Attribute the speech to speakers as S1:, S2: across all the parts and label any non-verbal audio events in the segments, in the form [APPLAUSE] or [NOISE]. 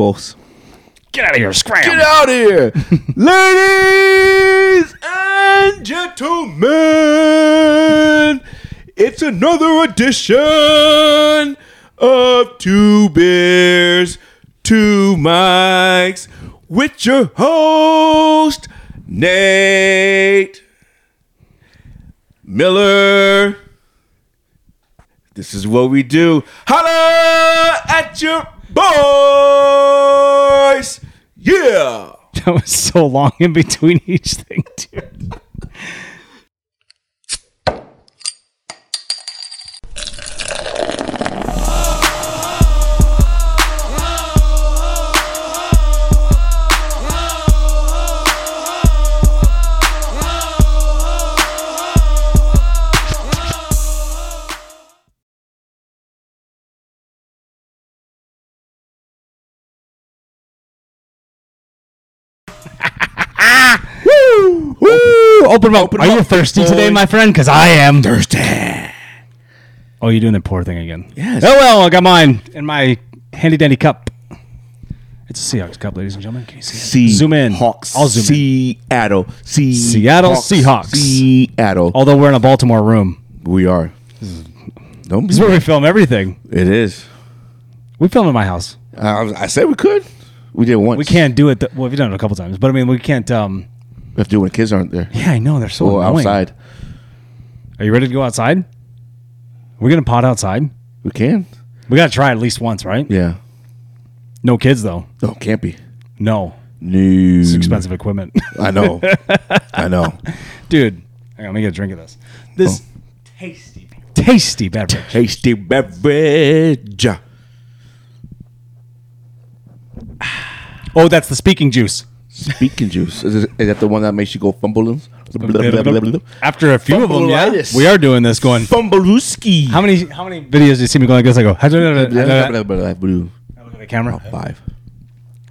S1: Boss.
S2: Get out of here, scram!
S1: Get out of here! Ladies and gentlemen, it's another edition of Two Beers, Two Mics with your host, Nate Miller. This is what we do. Holla at your boys! Yeah!
S2: [LAUGHS] That was so long in between each thing, dude.
S1: Woo! Woo! Open up.
S2: Are you Oh, thirsty today, my friend? Because I am.
S1: Thursday?
S2: Oh, you're doing the pour thing again.
S1: Yes.
S2: Oh well, I got mine in my handy dandy cup. It's a Seahawks cup, ladies and gentlemen. Can you see it?
S1: Sea
S2: zoom in.
S1: Hawks.
S2: I'll zoom in.
S1: Seattle. Sea
S2: Seattle
S1: Hawks.
S2: Seahawks.
S1: Seattle.
S2: Although we're in a Baltimore room,
S1: we are. Don't be.
S2: this is where we film everything.
S1: It is.
S2: We film in my house.
S1: I, I said we could. We did once.
S2: We can't do it. Th- well, we've done it a couple times, but I mean, we can't. um
S1: We have to do it when the kids aren't there.
S2: Yeah, I know they're so
S1: Or
S2: annoying.
S1: outside.
S2: Are you ready to go outside? We're gonna pot outside.
S1: We can.
S2: We gotta try at least once, right?
S1: Yeah.
S2: No kids though.
S1: No, it can't be.
S2: No,
S1: No.
S2: it's expensive equipment. [LAUGHS]
S1: I know. I know. Oh.
S2: dude. Hang on, let me get a drink of this. This tasty, tasty beverage.
S1: Tasty beverage.
S2: Oh, that's the speaking juice.
S1: Beacon juice. Is, it, is that the one that makes you go fumbling?
S2: After a few of them, yeah,
S1: Fumbleitis.
S2: we are doing this. Going,
S1: Fumbleruski.
S2: how many how many videos do you see me going like this? I go, I look at the camera.
S1: Five.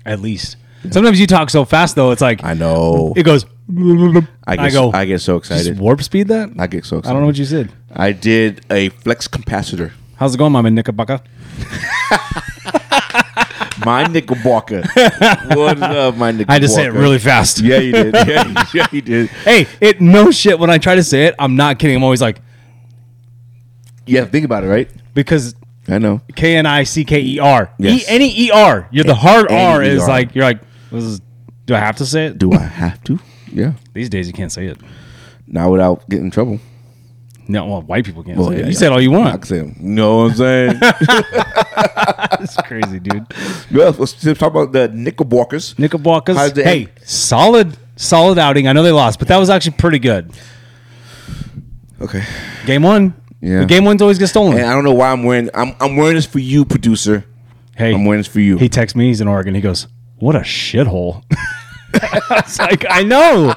S2: At least. Sometimes you talk so fast though, it's like
S1: I know.
S2: it goes.
S1: I, get,
S2: I go.
S1: I get so
S2: Just
S1: excited.
S2: warp speed that.
S1: I get so
S2: I
S1: excited.
S2: don't know what you said.
S1: I did a flex capacitor.
S2: How's it going, Mama Knickerbocker? [LAUGHS]
S1: My Knickerbocker. what up, my Knickerbocker?
S2: I had to say it really fast. [LAUGHS]
S1: Yeah, you did. Yeah, yeah, you did.
S2: Hey, it no shit when I try to say it. I'm not kidding. I'm always like
S1: You have to think about it, right?
S2: because
S1: I know.
S2: K N I C K E R.
S1: Yes.
S2: E any E R. You're the hard
S1: any
S2: R is
S1: ER.
S2: like you're like. This is, do I have to say it?
S1: Do I have to? Yeah.
S2: These days you can't say it.
S1: Not without getting in trouble.
S2: No, well, white people can't
S1: Well,
S2: say it.
S1: yeah,
S2: You
S1: yeah.
S2: said all you
S1: I
S2: want.
S1: can say, you know what I'm saying?
S2: [LAUGHS] That's crazy, dude.
S1: yeah, let's talk about the Knickerbockers. How's
S2: Knickerbockers.
S1: the-
S2: Hey, solid, solid outing. I know they lost, but that was actually pretty good.
S1: Okay.
S2: Game one.
S1: Yeah.
S2: But game one's always gets stolen.
S1: And I don't know why I'm wearing. I'm, I'm wearing this for you, producer.
S2: hey,
S1: I'm wearing this for you.
S2: he texts me. He's in Oregon. He goes, "What a shithole." [LAUGHS] I was like, I know.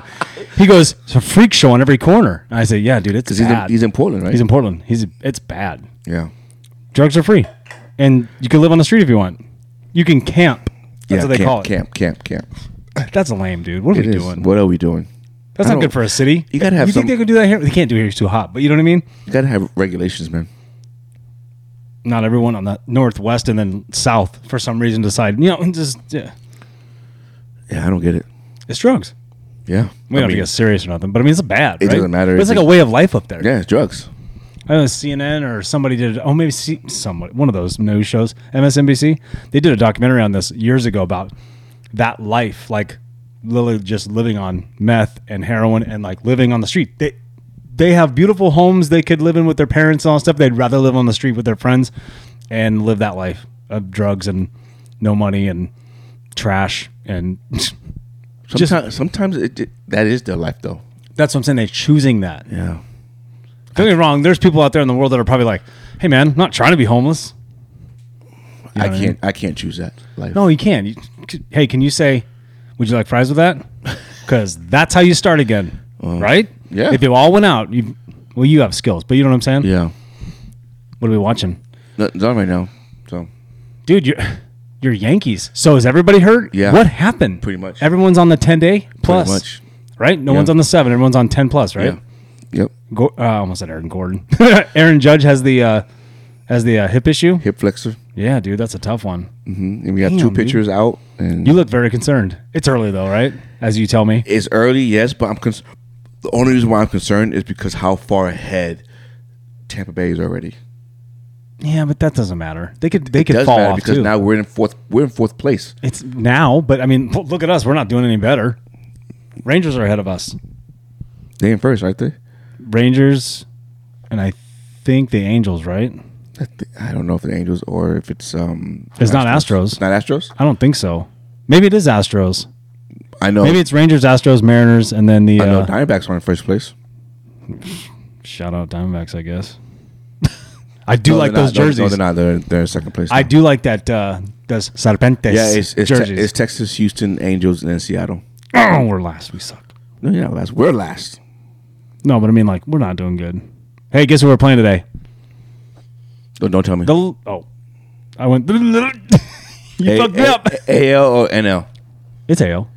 S2: He goes, "It's a freak show on every corner." And I say, "Yeah, dude, it's
S1: he's, in,
S2: bad."
S1: he's in Portland, right?
S2: He's in Portland. He's it's bad.
S1: yeah.
S2: Drugs are free, and you can live on the street if you want. You can camp. That's
S1: yeah,
S2: what they
S1: camp,
S2: call it.
S1: Camp, camp, camp.
S2: [LAUGHS] That's a lame, dude. What are
S1: It
S2: we
S1: is.
S2: doing?
S1: What are we doing?
S2: That's
S1: I
S2: not
S1: don't-
S2: good for a city.
S1: You gotta have
S2: You
S1: some-
S2: think they could do that here? They can't do it here. It's too hot. But you know what I mean?
S1: You gotta have regulations, man.
S2: Not everyone on the northwest and then south for some reason decide. You know, just yeah.
S1: Yeah, I don't get it.
S2: it's drugs.
S1: Yeah,
S2: We
S1: I
S2: don't
S1: mean,
S2: have to get serious or nothing. But I mean, it's bad.
S1: It
S2: right?
S1: doesn't matter
S2: But it's
S1: if
S2: like a way of life up there.
S1: yeah, it's drugs.
S2: I know CNN or somebody did. Oh, maybe C, somebody one of those news shows, MSNBC. They did a documentary on this years ago about that life, like literally just living on meth and heroin and like living on the street. They they have beautiful homes they could live in with their parents and all that stuff. They'd rather live on the street with their friends and live that life of drugs and no money and trash and [LAUGHS]
S1: Sometimes, sometimes it, it- that is their life, though.
S2: that's what I'm saying. They're choosing that.
S1: Yeah,
S2: Don't get me wrong. There's people out there in the world that are probably like, "Hey, man, I'm not trying to be homeless."
S1: I
S2: what I
S1: can't. I,
S2: mean?
S1: can't choose that life.
S2: No, you can. You, c- hey, can you say, "Would you like fries
S1: [LAUGHS]
S2: with that?" Because that's how you start again, right?
S1: yeah.
S2: If you all went out, you well, you have skills, but you know what I'm saying.
S1: Yeah,
S2: What are we watching,
S1: not, not right now. So
S2: dude? You're you're Yankees. So is everybody hurt?
S1: Yeah.
S2: What happened?
S1: Pretty much.
S2: Everyone's on the ten day plus,
S1: much.
S2: right? No one's on the seven. Everyone's on ten plus, right?
S1: yeah, yep.
S2: [LAUGHS] Go, uh, I almost said Aaron Gordon. Aaron Judge has the uh, has the uh, hip issue.
S1: Hip flexor.
S2: Yeah, dude, that's a tough one.
S1: hmm And we have
S2: Damn,
S1: two
S2: dude.
S1: pictures out. And
S2: You look very concerned. It's early though, right? As you tell me.
S1: it's early, yes, but I'm cons- the only reason why I'm concerned is because how far ahead Tampa Bay is already.
S2: Yeah, but that doesn't matter. They could they
S1: It
S2: could
S1: does
S2: fall
S1: matter
S2: off
S1: because
S2: too.
S1: now we're in fourth. We're in fourth place.
S2: it's now, but I mean, l- look at us. We're not doing any better. Rangers are ahead of us.
S1: They in first, right there.
S2: Rangers, and I think the Angels, right?
S1: I, thi- I don't know if it's Angels or if it's um.
S2: It's not Astros.
S1: It's not Astros.
S2: I don't think so. Maybe it is Astros.
S1: I know.
S2: Maybe it's Rangers, Astros, Mariners, and then the
S1: I know.
S2: uh,
S1: Diamondbacks are in first place.
S2: shout out Diamondbacks, I guess. [LAUGHS] I do
S1: No,
S2: like
S1: they're
S2: those
S1: not. No,
S2: jerseys.
S1: No, they're not. They're, they're in second place.
S2: I
S1: now.
S2: do like that uh, those Serpentes
S1: Yeah, it's it's, te-
S2: jerseys.
S1: it's Texas, Houston, Angels, and then Seattle.
S2: oh, we're last. We suck.
S1: No, you're not last. We're last.
S2: No, but I mean, like, we're not doing good. Hey, guess who we're playing today?
S1: Don't, don't tell me.
S2: The l- oh, I went. [LAUGHS] you
S1: A-
S2: fucked me
S1: A-
S2: up.
S1: A- AL or NL?
S2: It's AO.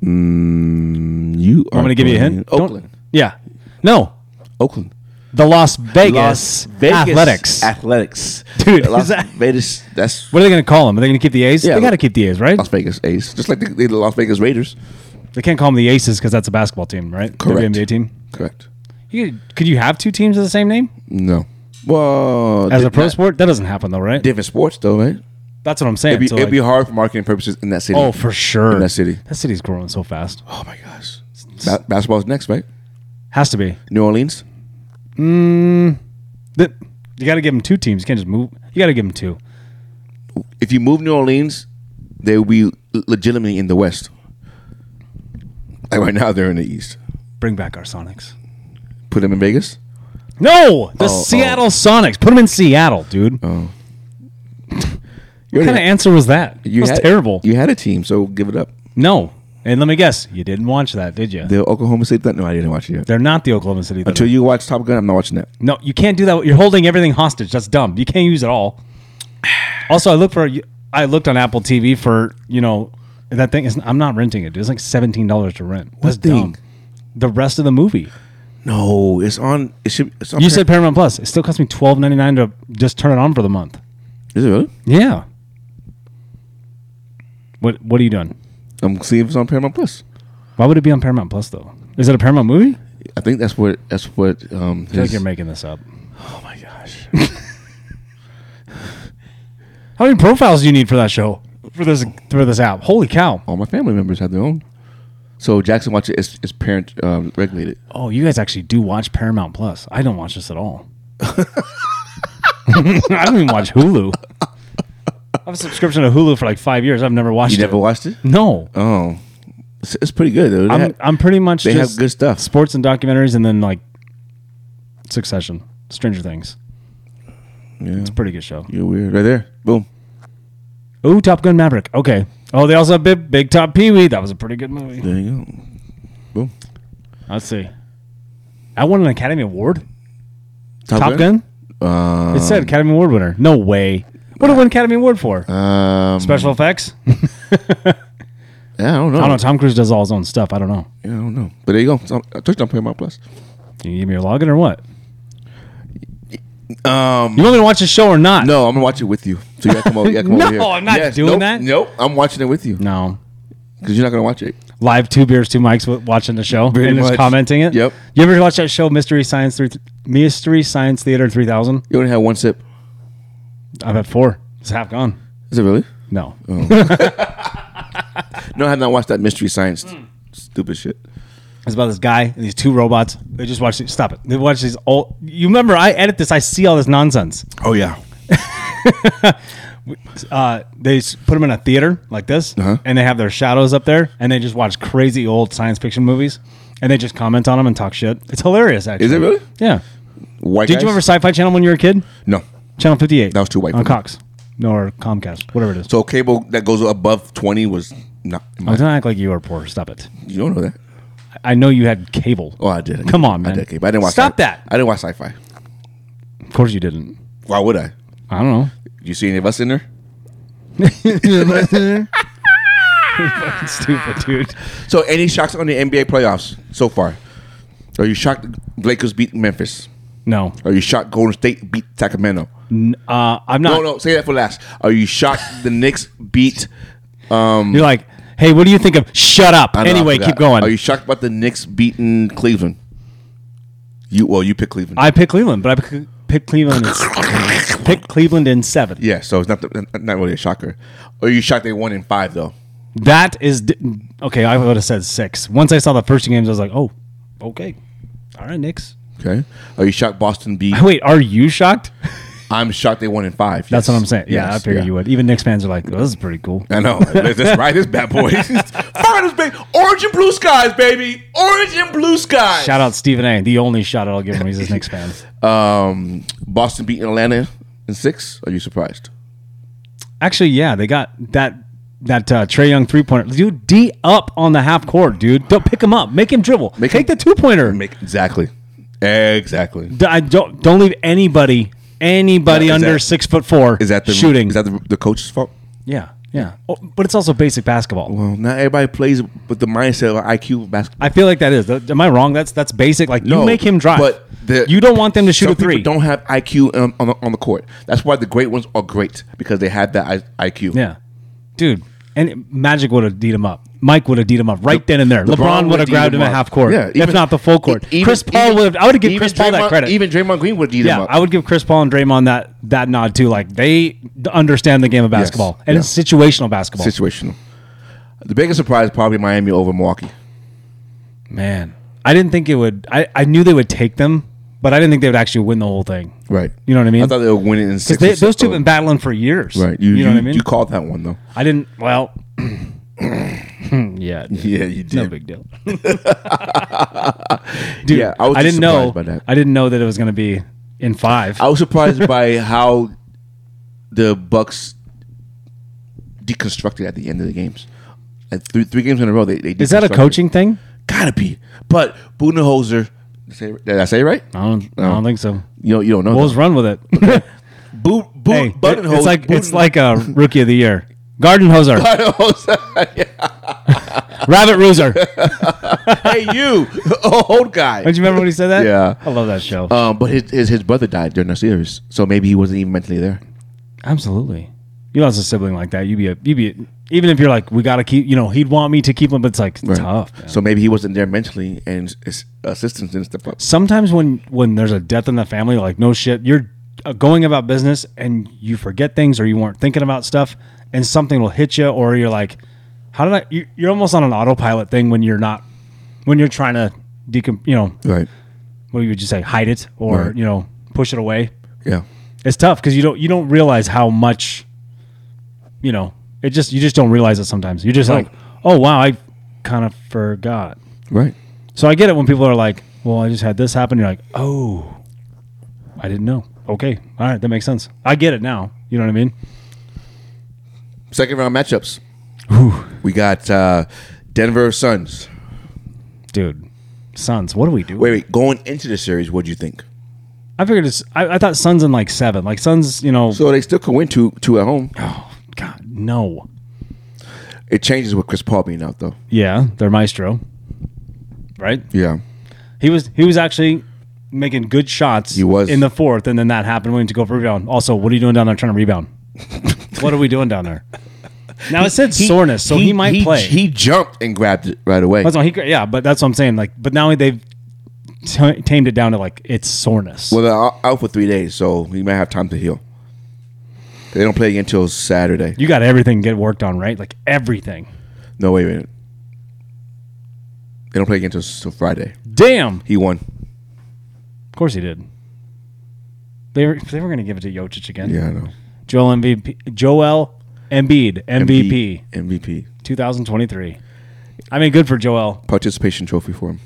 S1: Mm, you are.
S2: I'm gonna give you a
S1: playing
S2: hint. Don't-
S1: Oakland.
S2: Yeah. No,
S1: Oakland.
S2: the Las Vegas, Athletics.
S1: Athletics.
S2: Dude,
S1: Las
S2: is that-
S1: Vegas. That's
S2: what are they going to call them? Are they going to keep the A's?
S1: Yeah, Oh.
S2: they
S1: the-
S2: got to keep the A's, right?
S1: Las Vegas A's. Just like the, the Las Vegas Raiders.
S2: They can't call them the Aces because that's a basketball team, right?
S1: Correct.
S2: WNBA team.
S1: Correct.
S2: You, could you have two teams of the same name
S1: No. Well,
S2: as
S1: di-
S2: a pro
S1: not-
S2: sport? That doesn't happen though, right?
S1: different sports though, right?
S2: That's what I'm saying.
S1: It'd be,
S2: So,
S1: it'd
S2: like-
S1: be hard for marketing purposes in that city.
S2: oh, for sure.
S1: in that city.
S2: That city's growing so fast.
S1: Oh my gosh. Ba- basketball's next, right?
S2: Has to be.
S1: New Orleans. Mm.
S2: Th- You got to give them two teams. You can't just move. You got to give them two.
S1: If you move New Orleans, they will be legitimately in the West. Like right now, they're in the East.
S2: Bring back our Sonics.
S1: Put them in Vegas.
S2: No, the
S1: Oh,
S2: Seattle Sonics. Put them in Seattle, dude.
S1: Oh.
S2: what kind of answer was that? It was
S1: had,
S2: terrible.
S1: You had a team, so give it up.
S2: no, and let me guess, you didn't watch that, did you?
S1: The Oklahoma State Thunder. No, I didn't watch it yet.
S2: They're not the Oklahoma City. Thunder.
S1: Until you watch Top Gun, I'm not watching that.
S2: No, you can't do that. You're holding everything hostage. That's dumb. You can't use it all. [SIGHS] Also, I looked for I looked on Apple TV for you know that thing is I'm not renting it. dude. It's like seventeen dollars to rent. That's
S1: thing?
S2: dumb. The rest of the movie.
S1: No, it's on. It should. It's on
S2: You
S1: Par-
S2: said Paramount Plus. It still costs me twelve ninety nine to just turn it on for the month.
S1: Is it really?
S2: Yeah. What What are you doing?
S1: I'm seeing if it's on Paramount Plus.
S2: Why would it be on Paramount Plus though? Is it a Paramount movie?
S1: I think that's what. That's what. Um,
S2: I feel like
S1: his-
S2: you're making this up.
S1: oh my gosh.
S2: How many profiles do you need for that show? For this for this app? Holy cow!
S1: All my family members have their own. So Jackson watches. It's, it's parent um, regulated.
S2: Oh, you guys actually do watch Paramount Plus. I don't watch this at all. [LAUGHS] I don't even watch Hulu. I have a subscription to Hulu for like five years. I've never watched
S1: You never
S2: it.
S1: watched it?
S2: no.
S1: Oh, it's, it's pretty good though. They
S2: I'm,
S1: have-
S2: I'm pretty much
S1: they
S2: just
S1: have good stuff.
S2: sports and documentaries and then like Succession, Stranger Things.
S1: yeah,
S2: It's a pretty good show.
S1: you're weird. Right there. Boom.
S2: Ooh, Top Gun Maverick. Okay. Oh, they also have Big, Big Top Pee Wee. That was a pretty good movie.
S1: There you go. Boom.
S2: Let's see. I won an Academy Award.
S1: Top,
S2: Top Gun?
S1: Uh,
S2: It said Academy Award winner. No way. What did it win Academy Award for?
S1: um,
S2: Special effects?
S1: yeah, I don't know.
S2: I don't know. Tom Cruise does all his own stuff. I don't know.
S1: Yeah, I don't know. But there you go. So, I touched on Paramount Plus.
S2: Can you give me your login or what?
S1: Um,
S2: You want me to watch the show or not?
S1: no, I'm gonna watch it with you. So you gotta come over. You gotta
S2: [LAUGHS]
S1: come
S2: No,
S1: over here.
S2: I'm not doing
S1: nope,
S2: that.
S1: Nope, I'm watching it with you
S2: No.
S1: because you're not gonna watch it.
S2: Live two beers, two mics, w- watching the show
S1: Pretty
S2: and
S1: much.
S2: just commenting it.
S1: Yep.
S2: You ever watch that show, Mystery Science Three, Mystery Science Theater Three Thousand?
S1: You only had one sip.
S2: I've had four. It's half gone.
S1: Is it really?
S2: No.
S1: Oh. No, I have not watched that mystery science.
S2: Hmm.
S1: Stupid shit.
S2: It's about this guy and these two robots. They just watch. these- Stop it. They watch these old. You remember? I edit this. I see all this nonsense.
S1: Oh yeah.
S2: uh, they s- put them in a theater like this,
S1: Uh-huh.
S2: and they have their shadows up there, and they just watch crazy old science fiction movies, and they just comment on them and talk shit. It's hilarious, actually.
S1: Is it really?
S2: Yeah.
S1: White.
S2: Did
S1: guys?
S2: you remember Sci-Fi Channel when you were a kid?
S1: No.
S2: Channel fifty-eight.
S1: That was too white
S2: on
S1: for me.
S2: Cox, no, or Comcast, whatever it is.
S1: So cable that goes above twenty was not.
S2: Oh, don't act like you are poor. Stop it.
S1: You don't know that.
S2: I know you had cable.
S1: Oh, I did.
S2: Come on, man.
S1: I did cable. I didn't watch.
S2: Stop
S1: sci-
S2: that.
S1: I didn't watch sci-fi.
S2: Of course you didn't.
S1: Why would I?
S2: I don't know.
S1: You see any of us in there?
S2: Fucking Stupid dude.
S1: So any shocks on the NBA playoffs so far? Are you shocked? Lakers beat Memphis.
S2: No,
S1: Are you shocked? Golden State beat Sacramento.
S2: N- Uh, I'm not.
S1: No, no, say that for last. Are you shocked the Knicks beat?
S2: You're like, hey, what do you think of? Shut up.
S1: um, I know, I
S2: anyway,
S1: forgot. Oh,
S2: keep going.
S1: Are you shocked about the Knicks beating Cleveland? You well, you pick Cleveland.
S2: I pick Cleveland, but I pick, pick
S1: [LAUGHS]
S2: Cleveland. In, pick Cleveland in seven.
S1: yeah, so it's not the, not really a shocker. Are you shocked they won in five though?
S2: That is d- okay. I would have said six. Once I saw the first two games, I was like, oh, okay, all right, Knicks. [LAUGHS]
S1: Okay. Are you shocked Boston beat?
S2: Wait, are you shocked?
S1: I'm shocked they won in five.
S2: That's
S1: Yes.
S2: what I'm saying. Yeah,
S1: Yes,
S2: I figured
S1: yeah.
S2: you would. Even Knicks fans are like, oh, this is pretty cool.
S1: I
S2: [LAUGHS]
S1: know. Let's just ride this bad boy. [LAUGHS] Finals, baby. Orange and blue skies, baby. Orange and blue skies.
S2: Shout out Stephen A. The only shout out I'll give him. He's a
S1: [LAUGHS]
S2: Knicks fan.
S1: Um, Boston beating Atlanta in six. Are you surprised?
S2: Actually, yeah, they got that that uh, Trey Young three pointer. Dude, D up on the half court, dude. Don't pick him up. Make him dribble.
S1: Make
S2: Take
S1: him-
S2: the two pointer.
S1: Make exactly, exactly.
S2: D- I don't don't leave anybody anybody
S1: Yeah, is
S2: under
S1: that-
S2: six foot four
S1: Is that the
S2: shooting.
S1: Is that the, the coach's fault?
S2: yeah, yeah. Oh, but it's also basic basketball.
S1: Well, not everybody plays with the mindset of IQ of basketball.
S2: I feel like that is. Th- Am I wrong? That's that's basic. Like you
S1: No,
S2: make him drive,
S1: but the-
S2: you don't want them to shoot
S1: Some
S2: a three.
S1: people don't have IQ on, on, the, on the court. That's why the great ones are great because they have that I, IQ.
S2: Yeah, dude. And Magic would have deed him up. Mike would have deed him up right then and there.
S1: LeBron
S2: LeBron, would
S1: would've
S2: have
S1: deed
S2: grabbed him
S1: him
S2: at
S1: up.
S2: half court,
S1: Yeah,
S2: if
S1: even-
S2: not the full court.
S1: e- even-
S2: Chris Paul
S1: even-
S2: would have. I would have given
S1: even
S2: Chris Paul that
S1: Draymond-
S2: credit.
S1: Even Draymond Green would eat him
S2: yeah,
S1: up.
S2: I would give Chris Paul and Draymond that that nod too. Like they d- understand the game of basketball and it's situational basketball.
S1: Situational. The biggest surprise probably Miami over Milwaukee.
S2: Man, I didn't think it would. I I knew they would take them, but I didn't think they would actually win the whole thing.
S1: Right.
S2: You know what I mean?
S1: I thought they were winning in six.
S2: Because they-
S1: or
S2: those two have
S1: seven.
S2: been battling for years.
S1: Right. You,
S2: You, know what I mean?
S1: You called that one though.
S2: I didn't. Well, [COUGHS] yeah, dude.
S1: [LAUGHS] Yeah, you did.
S2: no big deal. Dude,
S1: Yeah,
S2: I,
S1: I was just
S2: didn't know.
S1: surprised by that.
S2: I didn't know that it was going to be in five.
S1: I was surprised
S2: [LAUGHS]
S1: by how the Bucks deconstructed at the end of the games. Like three, three games in a row, they, they
S2: Is that a
S1: deconstructed.
S2: coaching thing?
S1: Gotta be. But Budenholzer, say- did I say it right?
S2: I don't. I don't think so.
S1: You know, you don't know.
S2: Bulls run with
S1: [LAUGHS]
S2: it. [LAUGHS] hey,
S1: that. Bo, Bo,
S2: it-
S1: Budenholzer.
S2: it's like it's
S1: Buden- [LAUGHS]
S2: like a rookie of the year. Garden hoser,
S1: Budenholzer.
S2: rabbit rooser. Don't
S1: [LAUGHS] hey, you, [LAUGHS] old guy.
S2: you remember when he said that?
S1: Yeah.
S2: I love that show.
S1: Um, but his, his his brother died during the series, so maybe he wasn't even mentally there.
S2: Absolutely. You lost a sibling like that. You'd be a. You'd be a, even if you're like, we gotta keep. You know, he'd want me to keep him, but it's like it's tough. man.
S1: So maybe he wasn't there mentally, and his assistants didn't step up.
S2: sometimes when when there's a death in the family like no shit you're uh, going about business and you forget things or you weren't thinking about stuff and something will hit you or you're like how did i you- you're almost on an autopilot thing when you're not when you're trying to decom you know
S1: Right.
S2: what would you say hide it or
S1: Right.
S2: you know push it away
S1: Yeah.
S2: it's tough because you don't you don't realize how much you know it just you just don't realize it sometimes you're just
S1: Right.
S2: like oh wow i kind of forgot
S1: Right.
S2: so I get it when people are like, "Well, I just had this happen." You're like, "Oh, I didn't know." Okay, all right, that makes sense. I get it now. You know what I mean?
S1: Second round matchups. We got uh, Denver Suns.
S2: Dude, Suns, what do we do?
S1: Wait, wait. Going into the series, what do you think?
S2: I figured it's. I, I thought Suns in like seven. Like Suns, you know.
S1: So they still can win two two at home.
S2: oh God, no.
S1: It changes with Chris Paul being out though.
S2: Yeah, they're maestro. Right?
S1: Yeah.
S2: He was. He was actually making good shots. He
S1: was.
S2: in the fourth, and then that happened. We need to go for rebound. Also, what are you doing down there trying
S1: [LAUGHS]
S2: to rebound? what are we doing down there? Now it said soreness, so he, might play.
S1: He jumped and grabbed it right away.
S2: That's what he. Yeah, but that's what I'm saying. Like, but now they've t- tamed it down to like it's soreness.
S1: Well, they're out- out for three days, so he might have time to heal. They don't play again until Saturday.
S2: you got everything get worked on, right? Like everything.
S1: No, wait a minute. They don't play again until till Friday.
S2: Damn.
S1: He won.
S2: Of course he did. They were they were gonna give it to Jokic again.
S1: Yeah, I know.
S2: Joel MVP. Joel Embiid MVP
S1: MVP.
S2: 2023. I mean, good for Joel.
S1: Participation trophy for him.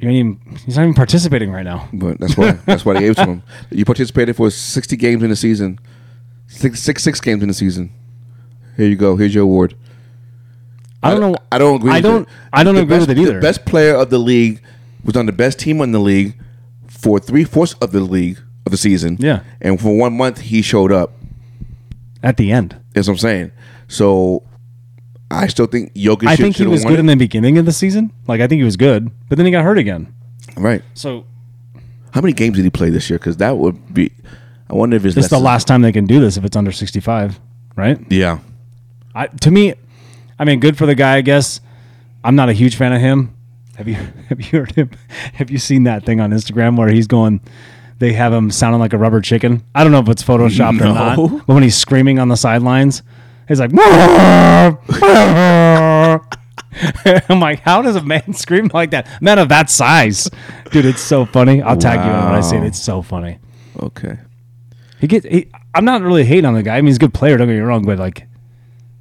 S2: You ain't even, he's not even participating right now.
S1: But that's why that's why they gave it to him. You participated for sixty games in the season, six six six games in the season. Here you go. Here's your award.
S2: I don't know.
S1: I don't agree.
S2: I
S1: with
S2: don't.
S1: It.
S2: I don't
S1: The
S2: agree
S1: best-
S2: with it either.
S1: The best player of the league was on the best team in the league for three fourths of the league of the season.
S2: Yeah.
S1: and for one month he showed up.
S2: At the end,
S1: That's what I'm saying. So I still think Jokic.
S2: I
S1: should-
S2: think he
S1: should've
S2: was
S1: won
S2: good in
S1: it.
S2: the beginning of the season. Like I think he was good, but then he got hurt again.
S1: right.
S2: So
S1: How many games did he play this year? Because that would be I wonder if it's
S2: This is the
S1: less-
S2: last time they can do this if it's under 65, right?
S1: Yeah,
S2: I, to me, I mean, good for the guy, I guess. I'm not a huge fan of him. Have you [LAUGHS] have you heard him? Have you seen that thing on Instagram where he's going? They have him sounding like a rubber chicken. I don't know if it's photoshopped or not,
S1: No. [LAUGHS]
S2: but when he's screaming on the sidelines, he's like, [LAUGHS] I'm like, how does a man [LAUGHS] scream like that? Man of that size, dude, it's so funny. I'll tag you in when I see it.
S1: Wow.
S2: It's so funny.
S1: okay.
S2: He gets. He, I'm not really hating on the guy. I mean, he's a good player. Don't get me wrong, but like,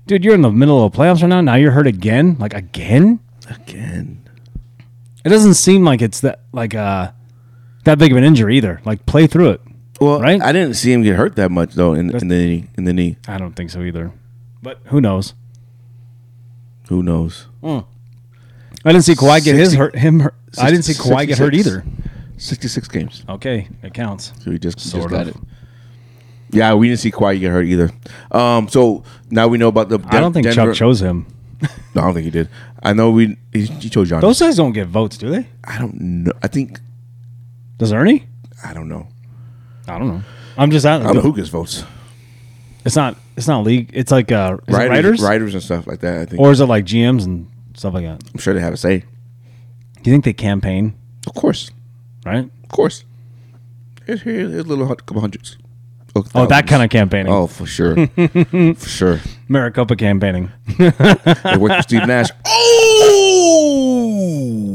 S2: dude, you're in the middle of the playoffs right now. Now you're hurt again. Like again.
S1: Again,
S2: It doesn't seem like it's that like uh that big of an injury either. Like play through it.
S1: well,
S2: Right?
S1: I didn't see him get hurt that much though in, in the knee- in the knee.
S2: I don't think so either. But who knows?
S1: Who knows?
S2: I didn't see Kawhi get his
S1: 60
S2: hurt. Him. Hurt. I didn't see
S1: 60
S2: Kawhi get hurt
S1: 66.
S2: either.
S1: Sixty-six games.
S2: Okay, it counts.
S1: So we just, just
S2: Sort
S1: got
S2: of.
S1: it. Yeah, we didn't see Kawhi get hurt either. Um, so now we know about the.
S2: I don't think Chuck chose him.
S1: No, I don't think he did. I know we. He, he chose Giannis.
S2: Those guys don't get votes, do they?
S1: I don't know. I think
S2: Does Ernie?
S1: I don't know.
S2: I don't know. I'm just
S1: I don't know
S2: out.
S1: who gets votes.
S2: It's not. It's not league. It's like uh, is it writers,
S1: writers and stuff like that. I think.
S2: or is it like GMs and stuff like that?
S1: I'm sure they have a say.
S2: Do you think they campaign?
S1: Of course,
S2: Right?
S1: of course. Here's, here- here's a little hun- couple hundreds.
S2: Oh, that kind of campaigning,
S1: Oh, for
S2: [LAUGHS]
S1: sure, for sure.
S2: Maricopa campaigning.
S1: They work with Steve
S2: [LAUGHS]
S1: Nash. Oh,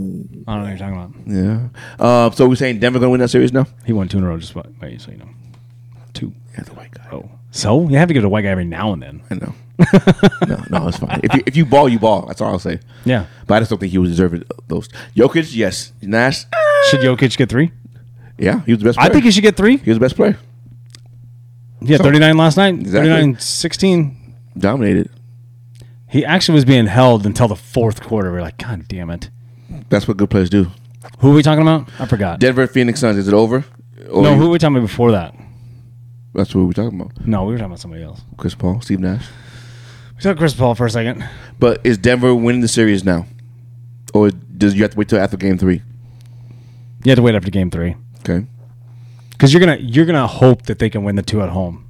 S2: I don't know what you're talking about.
S1: yeah. Uh, so we're saying Denver gonna win that series now.
S2: He won two in a row, just by, by so you know. Two.
S1: Yeah, the white guy.
S2: Oh, so you have to give it a white guy every now and then.
S1: I know. no, no, it's fine. If you, if you ball, you ball. That's all I'll say.
S2: Yeah.
S1: But I just don't think he was deserving of those. Jokic, yes. Nash, ah,
S2: Should Jokic get three?
S1: yeah, he was the best.
S2: I
S1: Player.
S2: think he should get three.
S1: he was the best player.
S2: Yeah, 39 last night,
S1: Exactly.
S2: 39 16.
S1: Dominated.
S2: He actually was being held until the fourth quarter. We are like, God damn it.
S1: That's what good players do.
S2: Who are we talking about? I forgot.
S1: Denver, Phoenix Suns. Is it over? Or
S2: no,
S1: you-
S2: who were we talking about before that?
S1: That's what we're talking about.
S2: No, we were talking about somebody else.
S1: Chris Paul, Steve Nash.
S2: We took Chris Paul for a second.
S1: But is Denver winning the series now, or does you have to wait till after Game Three?
S2: You have to wait after game three
S1: Okay.
S2: because you're gonna you're gonna hope that they can win the two at home.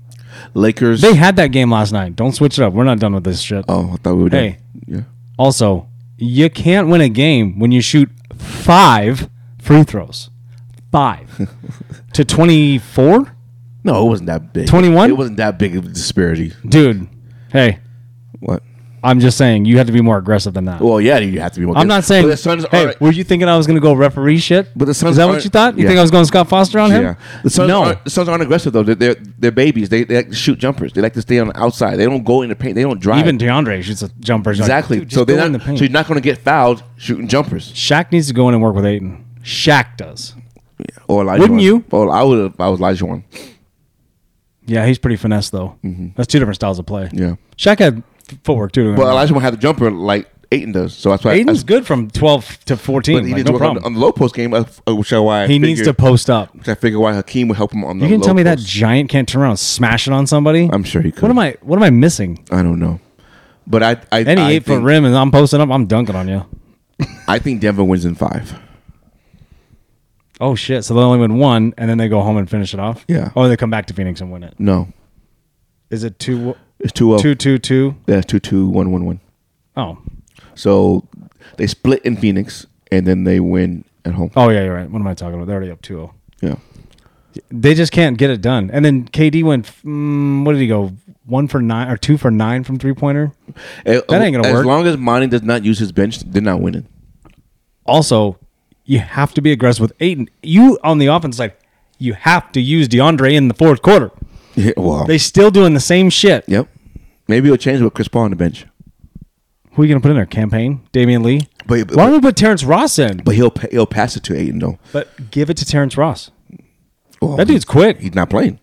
S1: Lakers.
S2: They had that game last night. Don't switch it up. We're not done with this shit.
S1: oh, I thought we were. done.
S2: Hey.
S1: Yeah.
S2: Also, you can't win a game when you shoot five free throws.
S1: [LAUGHS]
S2: Five to 24?
S1: No, it wasn't that big.
S2: 21?
S1: It wasn't that big of a disparity.
S2: Dude, hey,
S1: What?
S2: I'm just saying you have to be more aggressive than that.
S1: Well, yeah, you have to be. more
S2: I'm not saying.
S1: But the Suns
S2: hey,
S1: are.
S2: were you thinking I was going to go referee shit?
S1: But the Suns
S2: Is that
S1: aren't-
S2: what you thought? You
S1: yeah.
S2: think I was going Scott Foster on him?
S1: Yeah, the Suns,
S2: no.
S1: aren't, the Suns aren't aggressive though. They're, they're they're babies. They, they like to shoot jumpers. They like to stay on the outside. They don't go in the paint. They don't drive.
S2: Even DeAndre shoots a jumper. He's like,
S1: exactly.
S2: "Dude, just
S1: so
S2: go
S1: they're
S2: in
S1: not.
S2: the paint."
S1: so you're not going to get fouled shooting jumpers.
S2: Shaq needs to go in and work with Aiden. Shaq does.
S1: Or Elijah
S2: Wouldn't you?
S1: Well, I would. if I was Elijah one.
S2: Yeah, he's pretty finesse though. That's two different styles of play.
S1: Mm-hmm. Yeah.
S2: Shaq had f- footwork too.
S1: But Elijah one had the jumper like Aiton does. So that's why.
S2: Aiden's
S1: that's-
S2: good from 12 to
S1: But
S2: 14.
S1: he
S2: like,
S1: needs to work
S2: no
S1: on,
S2: problem.
S1: the- on the low post game. uh, uh, Which is why I
S2: he needs to
S1: figured-
S2: post up.
S1: Which I figure why Hakeem would help him on the.
S2: You can
S1: low
S2: tell me that
S1: post.
S2: giant can't turn around and smash it on somebody.
S1: I'm sure he could.
S2: What am I? What am I missing?
S1: I don't know. But I, I,
S2: Any
S1: I
S2: eight foot
S1: think,
S2: rim, and I'm posting up. I'm dunking on you.
S1: I think Denver wins in five.
S2: Oh shit! So they only win one, and then they go home and finish it off.
S1: Yeah.
S2: Or they come back to Phoenix and win it.
S1: No,
S2: Is it two
S1: it's two oh.
S2: two two two?
S1: Yeah, two two one one one.
S2: Oh.
S1: So they split in Phoenix and then they win at home.
S2: Oh yeah, you're right. What am I talking about? They're already up 2-0.
S1: Yeah.
S2: They just can't get it done. And then KD went. Mm, what did he go? One for nine or two for nine from three pointer.
S1: That
S2: ain't gonna
S1: as
S2: work.
S1: As long as Monty does not use his bench, they're not winning.
S2: also you have to be aggressive with Aiden. You on the offense side, you have to use DeAndre in the fourth quarter.
S1: Yeah, well.
S2: They still doing the same shit.
S1: yep. Maybe it'll change with Chris Paul on the bench.
S2: Who are you gonna put in there? Campaign? Damian Lee?
S1: But
S2: Why
S1: but,
S2: don't we put Terrence Ross in?
S1: but he'll pa- he'll pass it to Aiden though.
S2: But give it to Terrence Ross.
S1: Well,
S2: That dude's
S1: Oh, he-
S2: quick.
S1: He's not playing.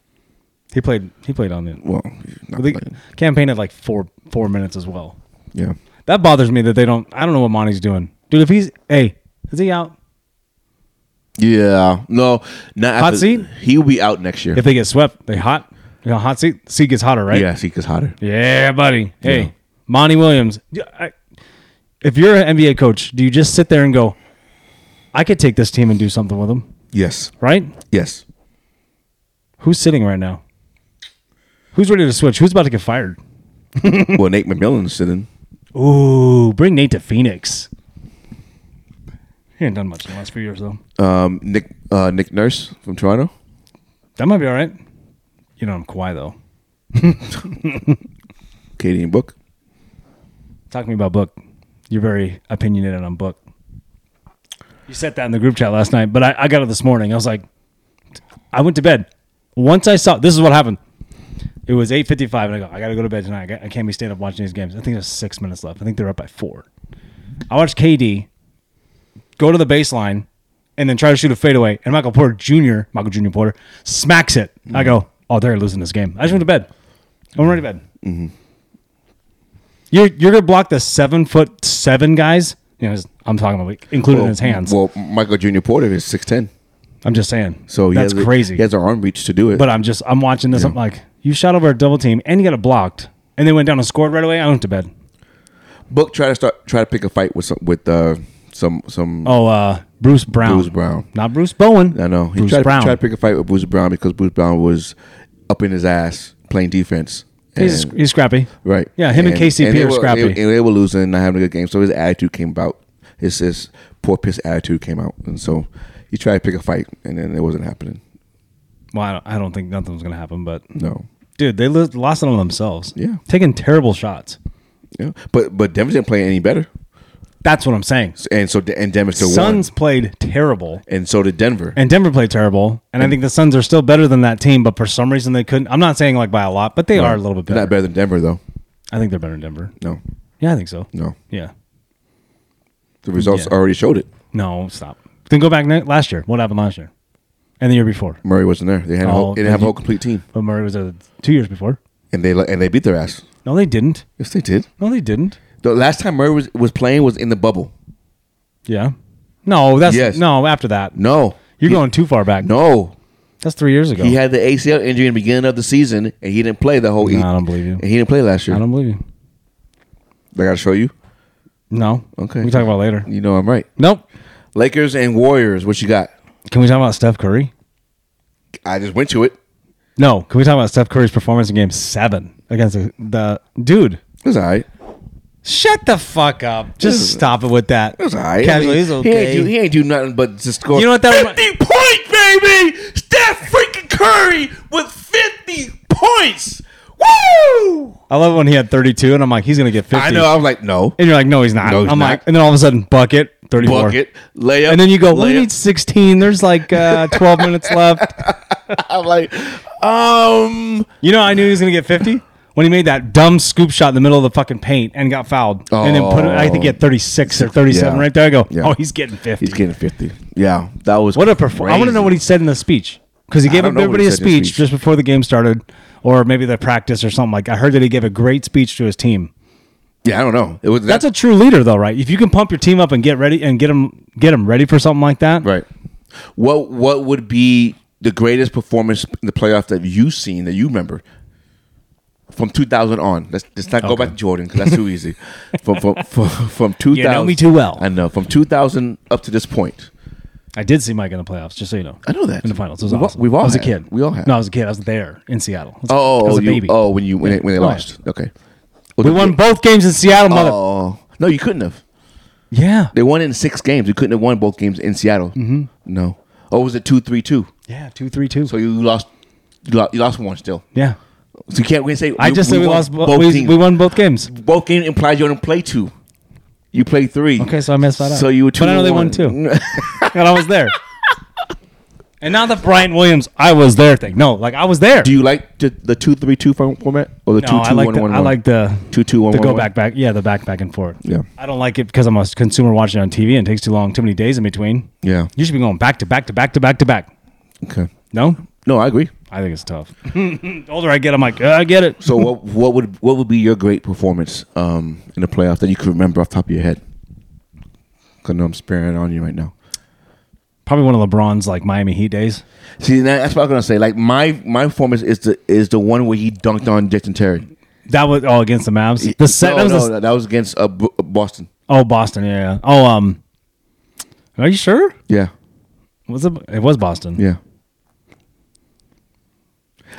S2: He played he played on it.
S1: Well, he's not
S2: The
S1: playing.
S2: campaign had like four four minutes as well.
S1: Yeah.
S2: That bothers me that they don't I don't know what Monty's doing. Dude, if he's hey, is he out?
S1: Yeah. No. Not
S2: Hot seat?
S1: He'll be out next year.
S2: If they get swept, they hot. You know, hot seat seat gets hotter, right?
S1: yeah, Zeke is hotter.
S2: Yeah, buddy. Hey, Monty Williams. Yeah, I- If you're an NBA coach, do you just sit there and go, I could take this team and do something with them,
S1: Yes.
S2: right?
S1: Yes.
S2: Who's sitting right now? Who's ready to switch? Who's about to get fired?
S1: well, Nate McMillan's sitting.
S2: Ooh, bring Nate to Phoenix. He ain't done much in the last few years though.
S1: Um, Nick uh, Nick Nurse from Toronto.
S2: That might be all right. You know, I'm Kawhi though.
S1: Katie and Book.
S2: Talk to me about Book. You're very opinionated on Book. You said that in the group chat last night, but I, I got it this morning. I was like, I went to bed. Once I saw this is what happened. It was 8:55, and I go, I gotta go to bed tonight. I, got, I can't be staying up watching these games. I think there's six minutes left. I think they're up by four. I watched KD go to the baseline and then try to shoot a fadeaway, and Michael Porter Jr. Michael Jr. Porter smacks it. I go, oh, they're losing this game. I just went to bed. I went right to bed. You're you're gonna block the seven foot seven guys. You know, I'm talking about including his hands.
S1: Well, Michael Junior Porter is six ten,
S2: I'm just saying.
S1: so he
S2: that's
S1: has a-
S2: crazy.
S1: He has an arm reach to do it.
S2: but I'm just I'm watching this. I'm like, you shot over a double team and you got it blocked, and they went down and scored right away. I went to bed.
S1: Book try to start try to pick a fight with some with uh, some some.
S2: Oh, uh, Bruce Brown.
S1: Bruce Brown.
S2: not Bruce Bowen.
S1: I know he
S2: Bruce
S1: tried,
S2: Brown.
S1: tried to pick a fight with Bruce Brown because Bruce Brown was up in his ass playing defense.
S2: he's,
S1: And-
S2: he's scrappy.
S1: Right.
S2: Yeah, him and KCP
S1: they
S2: are
S1: were-
S2: scrappy.
S1: They, and they were losing and not having a good game, so his attitude came about. His his poor piss attitude came out, and so he tried to pick a fight, and then it wasn't happening.
S2: Well, I don't, I don't think nothing's gonna happen, but
S1: No.
S2: dude, they li- lost it on themselves.
S1: Yeah.
S2: taking terrible shots.
S1: Yeah. But but Denver didn't play any better,
S2: That's what I'm saying.
S1: and so and Denver still
S2: Suns played terrible.
S1: won, and so did Denver.
S2: And Denver played terrible. And I think the Suns are still better than that team, but for some reason they couldn't. I'm not saying like by a lot, but they are a little bit better.
S1: Not better than Denver though.
S2: I think they're better than Denver.
S1: No.
S2: Yeah, I think so.
S1: No.
S2: Yeah.
S1: The results
S2: Yeah.
S1: already showed it.
S2: No, stop. Then go back ne- last year. What happened last year? And the year before.
S1: Murray wasn't there. They had a
S2: Oh,
S1: whole, they didn't have a
S2: you-
S1: whole complete team,
S2: But Murray was there two years before.
S1: and they let- and they beat their ass.
S2: No, they didn't.
S1: Yes, they did.
S2: No, they didn't.
S1: The last time Murray was, was playing was in the bubble.
S2: Yeah. No, that's
S1: Yes.
S2: no after that.
S1: No,
S2: You're going too far back.
S1: no.
S2: That's three years ago.
S1: He had the ACL injury in the beginning of the season, and he didn't play the whole. e
S2: No, I don't believe you.
S1: And he didn't play last year.
S2: I
S1: I,
S2: don't believe you.
S1: gotta show you.
S2: No.
S1: Okay.
S2: We can talk about it later.
S1: You know I'm right.
S2: Nope.
S1: Lakers and Warriors. What you got?
S2: Can we talk about Steph Curry?
S1: I just went to it.
S2: No, can we talk about Steph Curry's performance in Game Seven against the, the dude?
S1: It's all right.
S2: Shut the fuck up! Just stop it with that.
S1: It's all right.
S2: Casually,
S1: I mean,
S2: he's
S1: He
S2: okay.
S1: ain't, do, he ain't do nothing but just score.
S2: You know what that remi-
S1: 50 point, baby. Steph freaking Curry with 50 points. Woo!
S2: I love when he had 32, and I'm like, he's gonna get 50.
S1: I know. I'm like, no.
S2: And you're like, no, he's not.
S1: No, he's
S2: I'm
S1: not.
S2: like, and then all of a sudden, bucket 34.
S1: Bucket, layup,
S2: And then you go,
S1: layup.
S2: well, we need 16. There's like uh, 12 minutes
S1: [LAUGHS]
S2: left.
S1: I'm like, um.
S2: You know, I knew he was gonna get 50 when he made that dumb scoop shot in the middle of the fucking paint and got fouled, and then put it. I think he had 36 or 37
S1: Yeah.
S2: right there. I go,
S1: Yeah.
S2: oh, he's getting 50.
S1: He's getting 50. Yeah, that was
S2: What a performance! I want to know what he said in the speech because he gave
S1: don't know what
S2: everybody
S1: he
S2: a
S1: said in his
S2: speech,
S1: speech.
S2: just before the game started, or maybe the practice or something. Like I heard that he gave a great speech to his team.
S1: Yeah, I don't know. It was
S2: That's a true leader, though, right? If you can pump your team up and get ready and get them get them ready for something like that,
S1: Right. What What would be the greatest performance in the playoff that you've seen that you remember from 2000 on? Let's, let's not go back to Jordan because that's too
S2: [LAUGHS]
S1: easy. from, from from from 2000.
S2: me too well.
S1: I know. From 2000 up to this point.
S2: I did see Mike in the playoffs, just so you know.
S1: I know that.
S2: in the finals. It was
S1: We've all-
S2: awesome.
S1: we've all
S2: I was
S1: had.
S2: a kid.
S1: We all had.
S2: No, I was a kid. I was there in Seattle. I was-
S1: Oh,
S2: I
S1: oh,
S2: was a
S1: you-
S2: baby.
S1: oh, when you when they, when they
S2: Oh, yeah.
S1: lost. Okay.
S2: we won both games in Seattle, mother.
S1: Oh no, you couldn't have.
S2: Yeah,
S1: They won in six games. You couldn't have won both games in Seattle. Mm-hmm. No. Oh, was it two three two?
S2: yeah, two, three, two.
S1: So you lost. You lost, you lost one still.
S2: yeah,
S1: So you can't we say
S2: I just said we
S1: won
S2: lost. bo- we,
S1: teams.
S2: we won
S1: [LAUGHS]
S2: both games.
S1: both game implies you only play two. You play three.
S2: Okay, so I messed that up.
S1: So you were two.
S2: But I know
S1: and
S2: they
S1: one.
S2: won two. and I was there. And now the Brian Williams, I was there thing. No, like I was there.
S1: Do you like the, the two three two form- format or the
S2: no,
S1: two two
S2: I like
S1: one,
S2: the,
S1: one,
S2: I
S1: one?
S2: like the
S1: two two one
S2: the
S1: one,
S2: go
S1: one.
S2: back back. Yeah, the back back and forth.
S1: Yeah.
S2: I don't like it because I'm a s- consumer watching it on TV and it takes too long, too many days in between.
S1: Yeah.
S2: You should be going back to back to back to back to back.
S1: Okay.
S2: No,
S1: No, I agree.
S2: I think it's tough. [LAUGHS] the older I get, I'm like, "Yeah, I get it. [LAUGHS]
S1: So what what would what would be your great performance um, in the playoff that you can remember off the top of your head? 'Cause I know I'm sparing on you right now.
S2: Probably one of LeBron's like Miami Heat days.
S1: See, that- that's what I'm gonna say. Like my my performance is the is the one where he dunked on Jason Terry.
S2: That was oh against the Mavs. The
S1: no,
S2: set, that was
S1: Oh, no,
S2: the,
S1: that was against uh, B- Boston.
S2: oh Boston. Yeah, yeah. Oh um, are you sure?
S1: Yeah,
S2: Was it? It was Boston.
S1: yeah.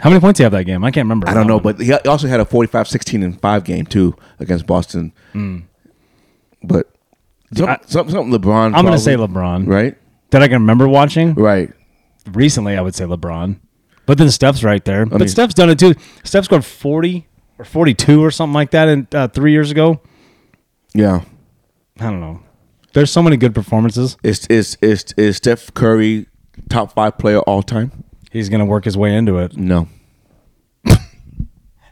S2: How many points do you have that game? I can't remember. Um,
S1: I don't know, but he also had a 45 16 and 5 game, too, against Boston. But some-
S2: Mm. I-
S1: some- something LeBron.
S2: I'm
S1: probably,
S2: gonna say LeBron.
S1: Right?
S2: That I can remember watching
S1: Right.
S2: recently. I would say LeBron, but then Steph's right there. but
S1: mean-
S2: Steph's done it too. Steph scored 40 or 42 or something like that in uh, three years ago.
S1: Yeah.
S2: I don't know. There's so many good performances.
S1: Is, is, is, is Steph Curry top five player all time?
S2: He's gonna work his way into it.
S1: No.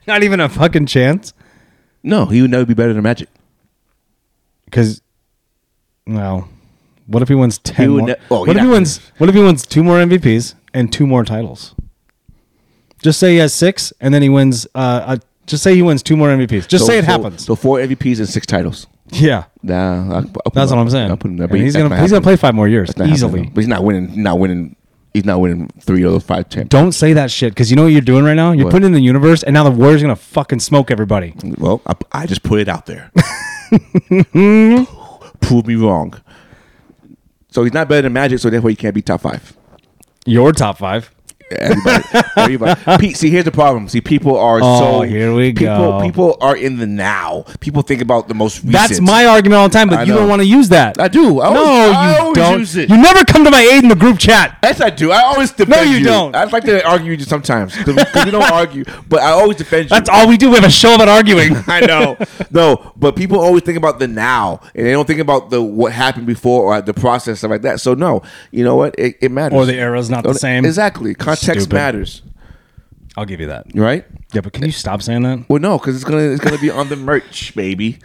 S2: Not even a fucking chance.
S1: No, he would never be better than Magic.
S2: Because, well, what if he wins ten?
S1: He would
S2: more-
S1: ne- oh,
S2: what if
S1: yeah.
S2: he wins? What if he wins two more MVPs and two more titles? Just say he has six, and then he wins. Uh, uh, just say he wins two more MVPs. Just
S1: So-
S2: say it
S1: so-
S2: happens.
S1: So four MVPs and six titles.
S2: yeah,
S1: Nah, I, I'll put
S2: that's
S1: him-
S2: what I'm saying.
S1: I'll put him there,
S2: And
S1: but
S2: he's
S1: that's
S2: gonna
S1: not
S2: he's gonna
S1: happening.
S2: play five more years
S1: That's not happening,
S2: easily.
S1: though. But he's not winning. Not winning. He's not winning three of the five champions.
S2: Don't say that shit because you know what you're doing right now. You're
S1: What?
S2: putting in the universe, and now the Warriors are gonna fucking smoke everybody.
S1: Well, I, I just put it out there.
S2: [LAUGHS]
S1: Prove me wrong. So he's not better than Magic, so therefore he can't be top five.
S2: Your top five. [LAUGHS]
S1: Everybody, everybody. Pete, see, here's the problem. See, people are so
S2: Oh, here we
S1: people,
S2: go.
S1: People are in the now. People think about the most recent.
S2: That's my argument all the time, but
S1: I
S2: you
S1: know.
S2: don't want to use that.
S1: I do. I
S2: no,
S1: always- I
S2: you
S1: always
S2: don't.
S1: use it.
S2: You never come to my aid in the group chat.
S1: Yes, I do. I always defend
S2: you don't.
S1: I like to argue with you sometimes because we don't argue, but I always defend you.
S2: [LAUGHS] That's all we do. We have a show about arguing.
S1: [LAUGHS] I know. No, but people always think about the now, and they don't think about the what happened before or the process stuff like that. So no, you know what? It, it matters.
S2: Or the era's not the same.
S1: Exactly. Context
S2: Stupid.
S1: matters,
S2: [LAUGHS] I'll give you that.
S1: right?
S2: Yeah, but can you stop saying that?
S1: Well, no, because it's gonna it's gonna be on the merch, baby.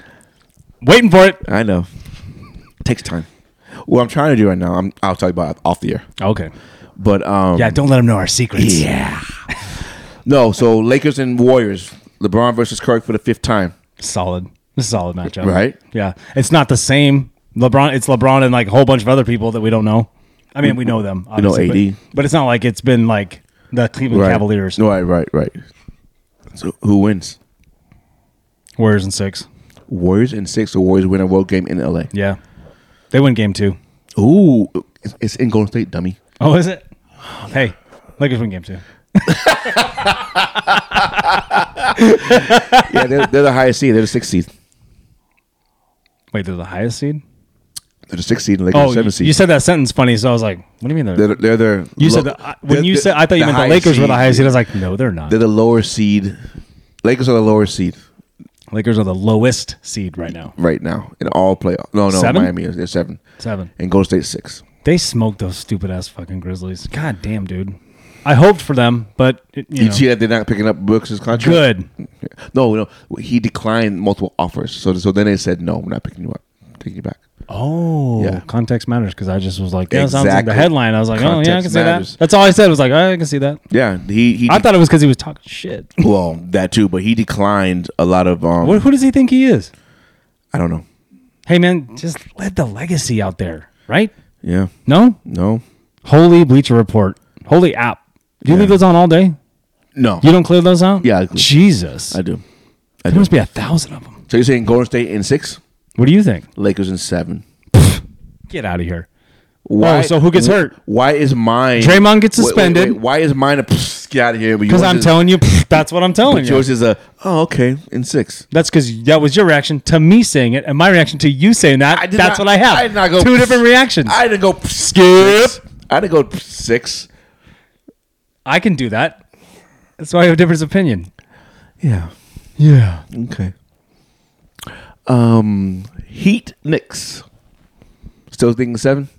S2: Waiting for it.
S1: I know. Takes time. What I'm trying to do right now, I'm, I'll tell you about off the air.
S2: Okay.
S1: But um,
S2: Yeah, don't let them know our secrets.
S1: Yeah. No, so Lakers and Warriors. LeBron versus Kirk for the fifth time.
S2: Solid. This is a solid matchup.
S1: Right?
S2: Yeah. It's not the same. LeBron. It's LeBron and like a whole bunch of other people that we don't know. I mean, we know them.
S1: know
S2: obviously,
S1: AD.
S2: But, but it's not like it's been like the Cleveland
S1: Right.
S2: Cavaliers.
S1: Right, right, right. So who wins?
S2: Warriors and six.
S1: Warriors in six. The Warriors win a road game in LA.
S2: Yeah. They win game two.
S1: Ooh, it's, it's in Golden State, dummy.
S2: Oh, is it? Hey, Lakers win game two.
S1: Yeah, they're, they're the highest seed. They're the sixth seed.
S2: Wait, they're the highest seed?
S1: They're the sixth seed. And Lakers
S2: Oh,
S1: are seventh
S2: you,
S1: seed.
S2: you said that sentence funny, so I was like, what do you mean they're,
S1: they're, the- they're the.
S2: You said
S1: lo-
S2: that I, when
S1: they're
S2: you
S1: the-
S2: said I thought you meant the
S1: highest
S2: Lakers were the
S1: seed.
S2: highest seed. I was like, no, they're not.
S1: They're the lower seed. Lakers are the lower seed
S2: Lakers are the lowest seed right now.
S1: right now in all playoff. No, no,
S2: Seven?
S1: Miami is they're seven.
S2: Seven.
S1: And Golden State's six.
S2: They smoked those stupid ass fucking Grizzlies. God damn, dude. I hoped for them, but it, you
S1: You
S2: know,
S1: see that they're not picking up Brooks' contract.
S2: good.
S1: No, no. He declined multiple offers. So so then they said, no, we're not picking you up. Taking you back.
S2: Oh,
S1: Yeah.
S2: context matters because I just was like, yeah, sounds like the
S1: Exactly.
S2: headline. I was like, oh yeah, I can
S1: Context
S2: see
S1: matters.
S2: that. That's all I said. Was like, oh, I can see that.
S1: Yeah, he he.
S2: I thought it was because he was talking
S1: [LAUGHS]
S2: shit.
S1: well that too, but he declined a lot of um.
S2: What, who does he think he is?
S1: I don't know.
S2: Hey man, just let the legacy out there, right?
S1: Yeah,
S2: No,
S1: no,
S2: holy Bleacher Report, holy app. Do you leave those on all day?
S1: no.
S2: You don't clear those out?
S1: Yeah, I clear-
S2: Jesus.
S1: I do.
S2: there must be a thousand of them.
S1: So you're saying Golden State in six,
S2: What do you think?
S1: Lakers in seven.
S2: Get out of here.
S1: Why?
S2: Oh, so who gets hurt?
S1: Why is mine?
S2: Draymond gets
S1: Wait, wait,
S2: suspended.
S1: wait, why is mine a pfft, get out of here?
S2: Because I'm telling you, that's what I'm telling you.
S1: Yours is a oh okay in six.
S2: That's because that was your reaction to me saying it, and my reaction to you saying that.
S1: I did
S2: that's
S1: not-
S2: what I have.
S1: I did not go
S2: Two
S1: pfft.
S2: different reactions. I,
S1: I didn't go pfft, six. I didn't go pfft, six.
S2: can do that. That's why I have a different opinion.
S1: Yeah.
S2: Yeah.
S1: Okay. Um, Heat Knicks. Still thinking seven.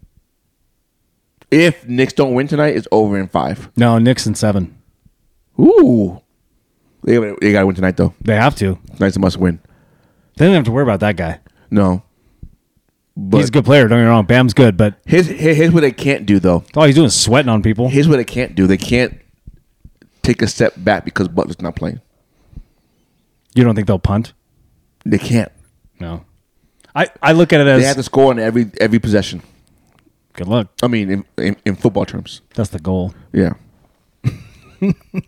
S1: If Knicks don't win tonight, it's over in five.
S2: No, Knicks and seven.
S1: Ooh, they gotta, they gotta win tonight though.
S2: They have to.
S1: Tonight's a must win.
S2: They don't have to worry about that guy.
S1: No, but
S2: He's a good player. Don't get me wrong. Bam's good, but
S1: here's here- here's what they can't do though.
S2: all he's doing is sweating on people.
S1: Here's what they can't do. They can't take a step back because Butler's not playing.
S2: You don't think they'll punt?
S1: They can't.
S2: No. I, I look at it
S1: They have
S2: as
S1: to score on every every possession.
S2: good luck.
S1: I mean, in, in, in football terms,
S2: That's the goal.
S1: yeah. [LAUGHS] uh, what's the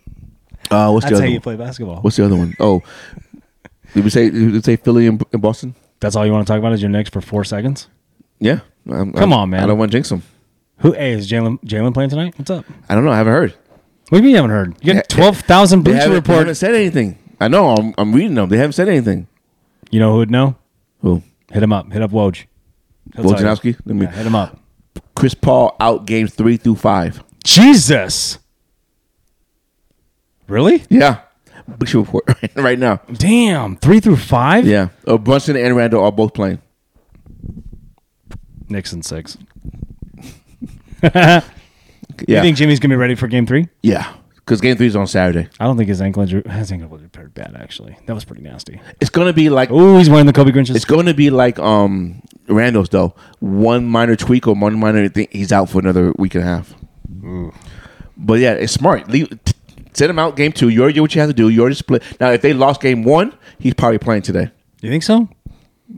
S2: That's
S1: other
S2: how you
S1: one?
S2: play basketball.
S1: What's the other one? Oh, did we say did we say Philly and, and Boston?
S2: That's all you want to talk about is your Knicks for four seconds.
S1: Yeah. I'm,
S2: Come
S1: I'm-
S2: on, man.
S1: I don't want to jinx them.
S2: Who? Hey, is Jalen Jalen playing tonight? What's up?
S1: I don't know. I haven't heard.
S2: What do you mean you haven't heard? You got
S1: They-
S2: twelve
S1: [LAUGHS]
S2: thousand
S1: They
S2: Bleacher
S1: haven't, they
S2: Report.
S1: haven't said anything. I know. I'm, I'm reading them. They haven't said anything.
S2: You know who would know?
S1: Who?
S2: Hit him up. Hit up Woj. He'll tell you.
S1: Wojnarowski? Let me-
S2: Yeah, hit him up.
S1: Chris Paul out games three through five.
S2: Jesus. Really?
S1: Yeah. Bleacher Report [LAUGHS] right now.
S2: Damn. Three through five.
S1: Yeah. Uh, Brunson and Randall are both playing.
S2: Nixon six.
S1: Yeah.
S2: You think Jimmy's gonna be ready for game three?
S1: yeah. Because game three is on Saturday.
S2: I don't think his ankle injury his ankle injury pretty bad actually. That was pretty nasty.
S1: It's gonna be like
S2: Oh, he's wearing the Kobe Grinches.
S1: it's gonna be like um Randall's though. One minor tweak or one minor thing, he's out for another week and a half. But yeah, it's smart. Leave, t- send him out game two. You already did what you have to do. You already split. Now, if they lost game one, he's probably playing today.
S2: you think so?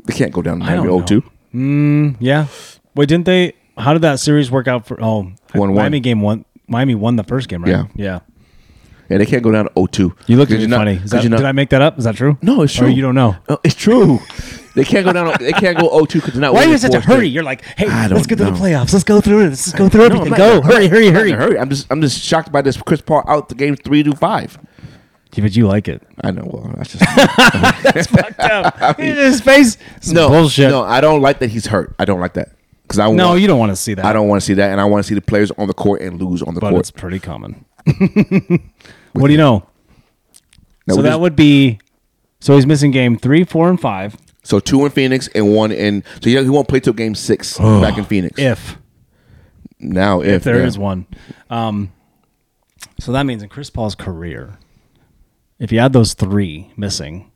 S1: They can't go down to
S2: I don't
S1: 0 2.
S2: Mm, Yeah. Wait, didn't they? How did that series work out for? Oh,
S1: One-one.
S2: Miami game one. Miami won the first game, right?
S1: Yeah.
S2: Yeah.
S1: Yeah, they can't go down to 0 2.
S2: You looked at me funny. Is that, did I make that up? Is that true?
S1: No, it's
S2: Or
S1: true.
S2: you don't know.
S1: No, it's true. they can't go down. They can't go 0 2 because they're not
S2: Why are
S1: winning
S2: you in
S1: the
S2: such a
S1: fourth
S2: hurry?
S1: game.
S2: You're like, hey,
S1: I
S2: let's
S1: don't
S2: get to the
S1: know.
S2: playoffs. Let's go through it. Let's just go
S1: [LAUGHS]
S2: through
S1: No, I'm
S2: everything.
S1: not
S2: go.
S1: in a hurry, I'm
S2: Hurry, hurry,
S1: not [LAUGHS]
S2: hurry.
S1: in a hurry. I'm just, I'm just shocked by this. Chris Paul out the game three to five.
S2: Yeah, but you like it. [LAUGHS]
S1: I know. Well, that's just [LAUGHS]
S2: Fucked up. In his face. It's
S1: no
S2: bullshit.
S1: No,
S2: No,
S1: I don't like that he's hurt. I don't like that because I want,
S2: you don't want to see that.
S1: I don't want to see that, and I want to see the players on the court and lose on the
S2: But
S1: court.
S2: it's pretty common. [LAUGHS] what do you know?
S1: Now,
S2: so
S1: what
S2: that
S1: is-
S2: would be. So he's missing game three, four, and five.
S1: so two in Phoenix and one in. So yeah, he won't play till game six back in Phoenix.
S2: If
S1: now, if,
S2: There is
S1: yeah.
S2: one. Um, so that means in Chris Paul's career, if you add those three missing,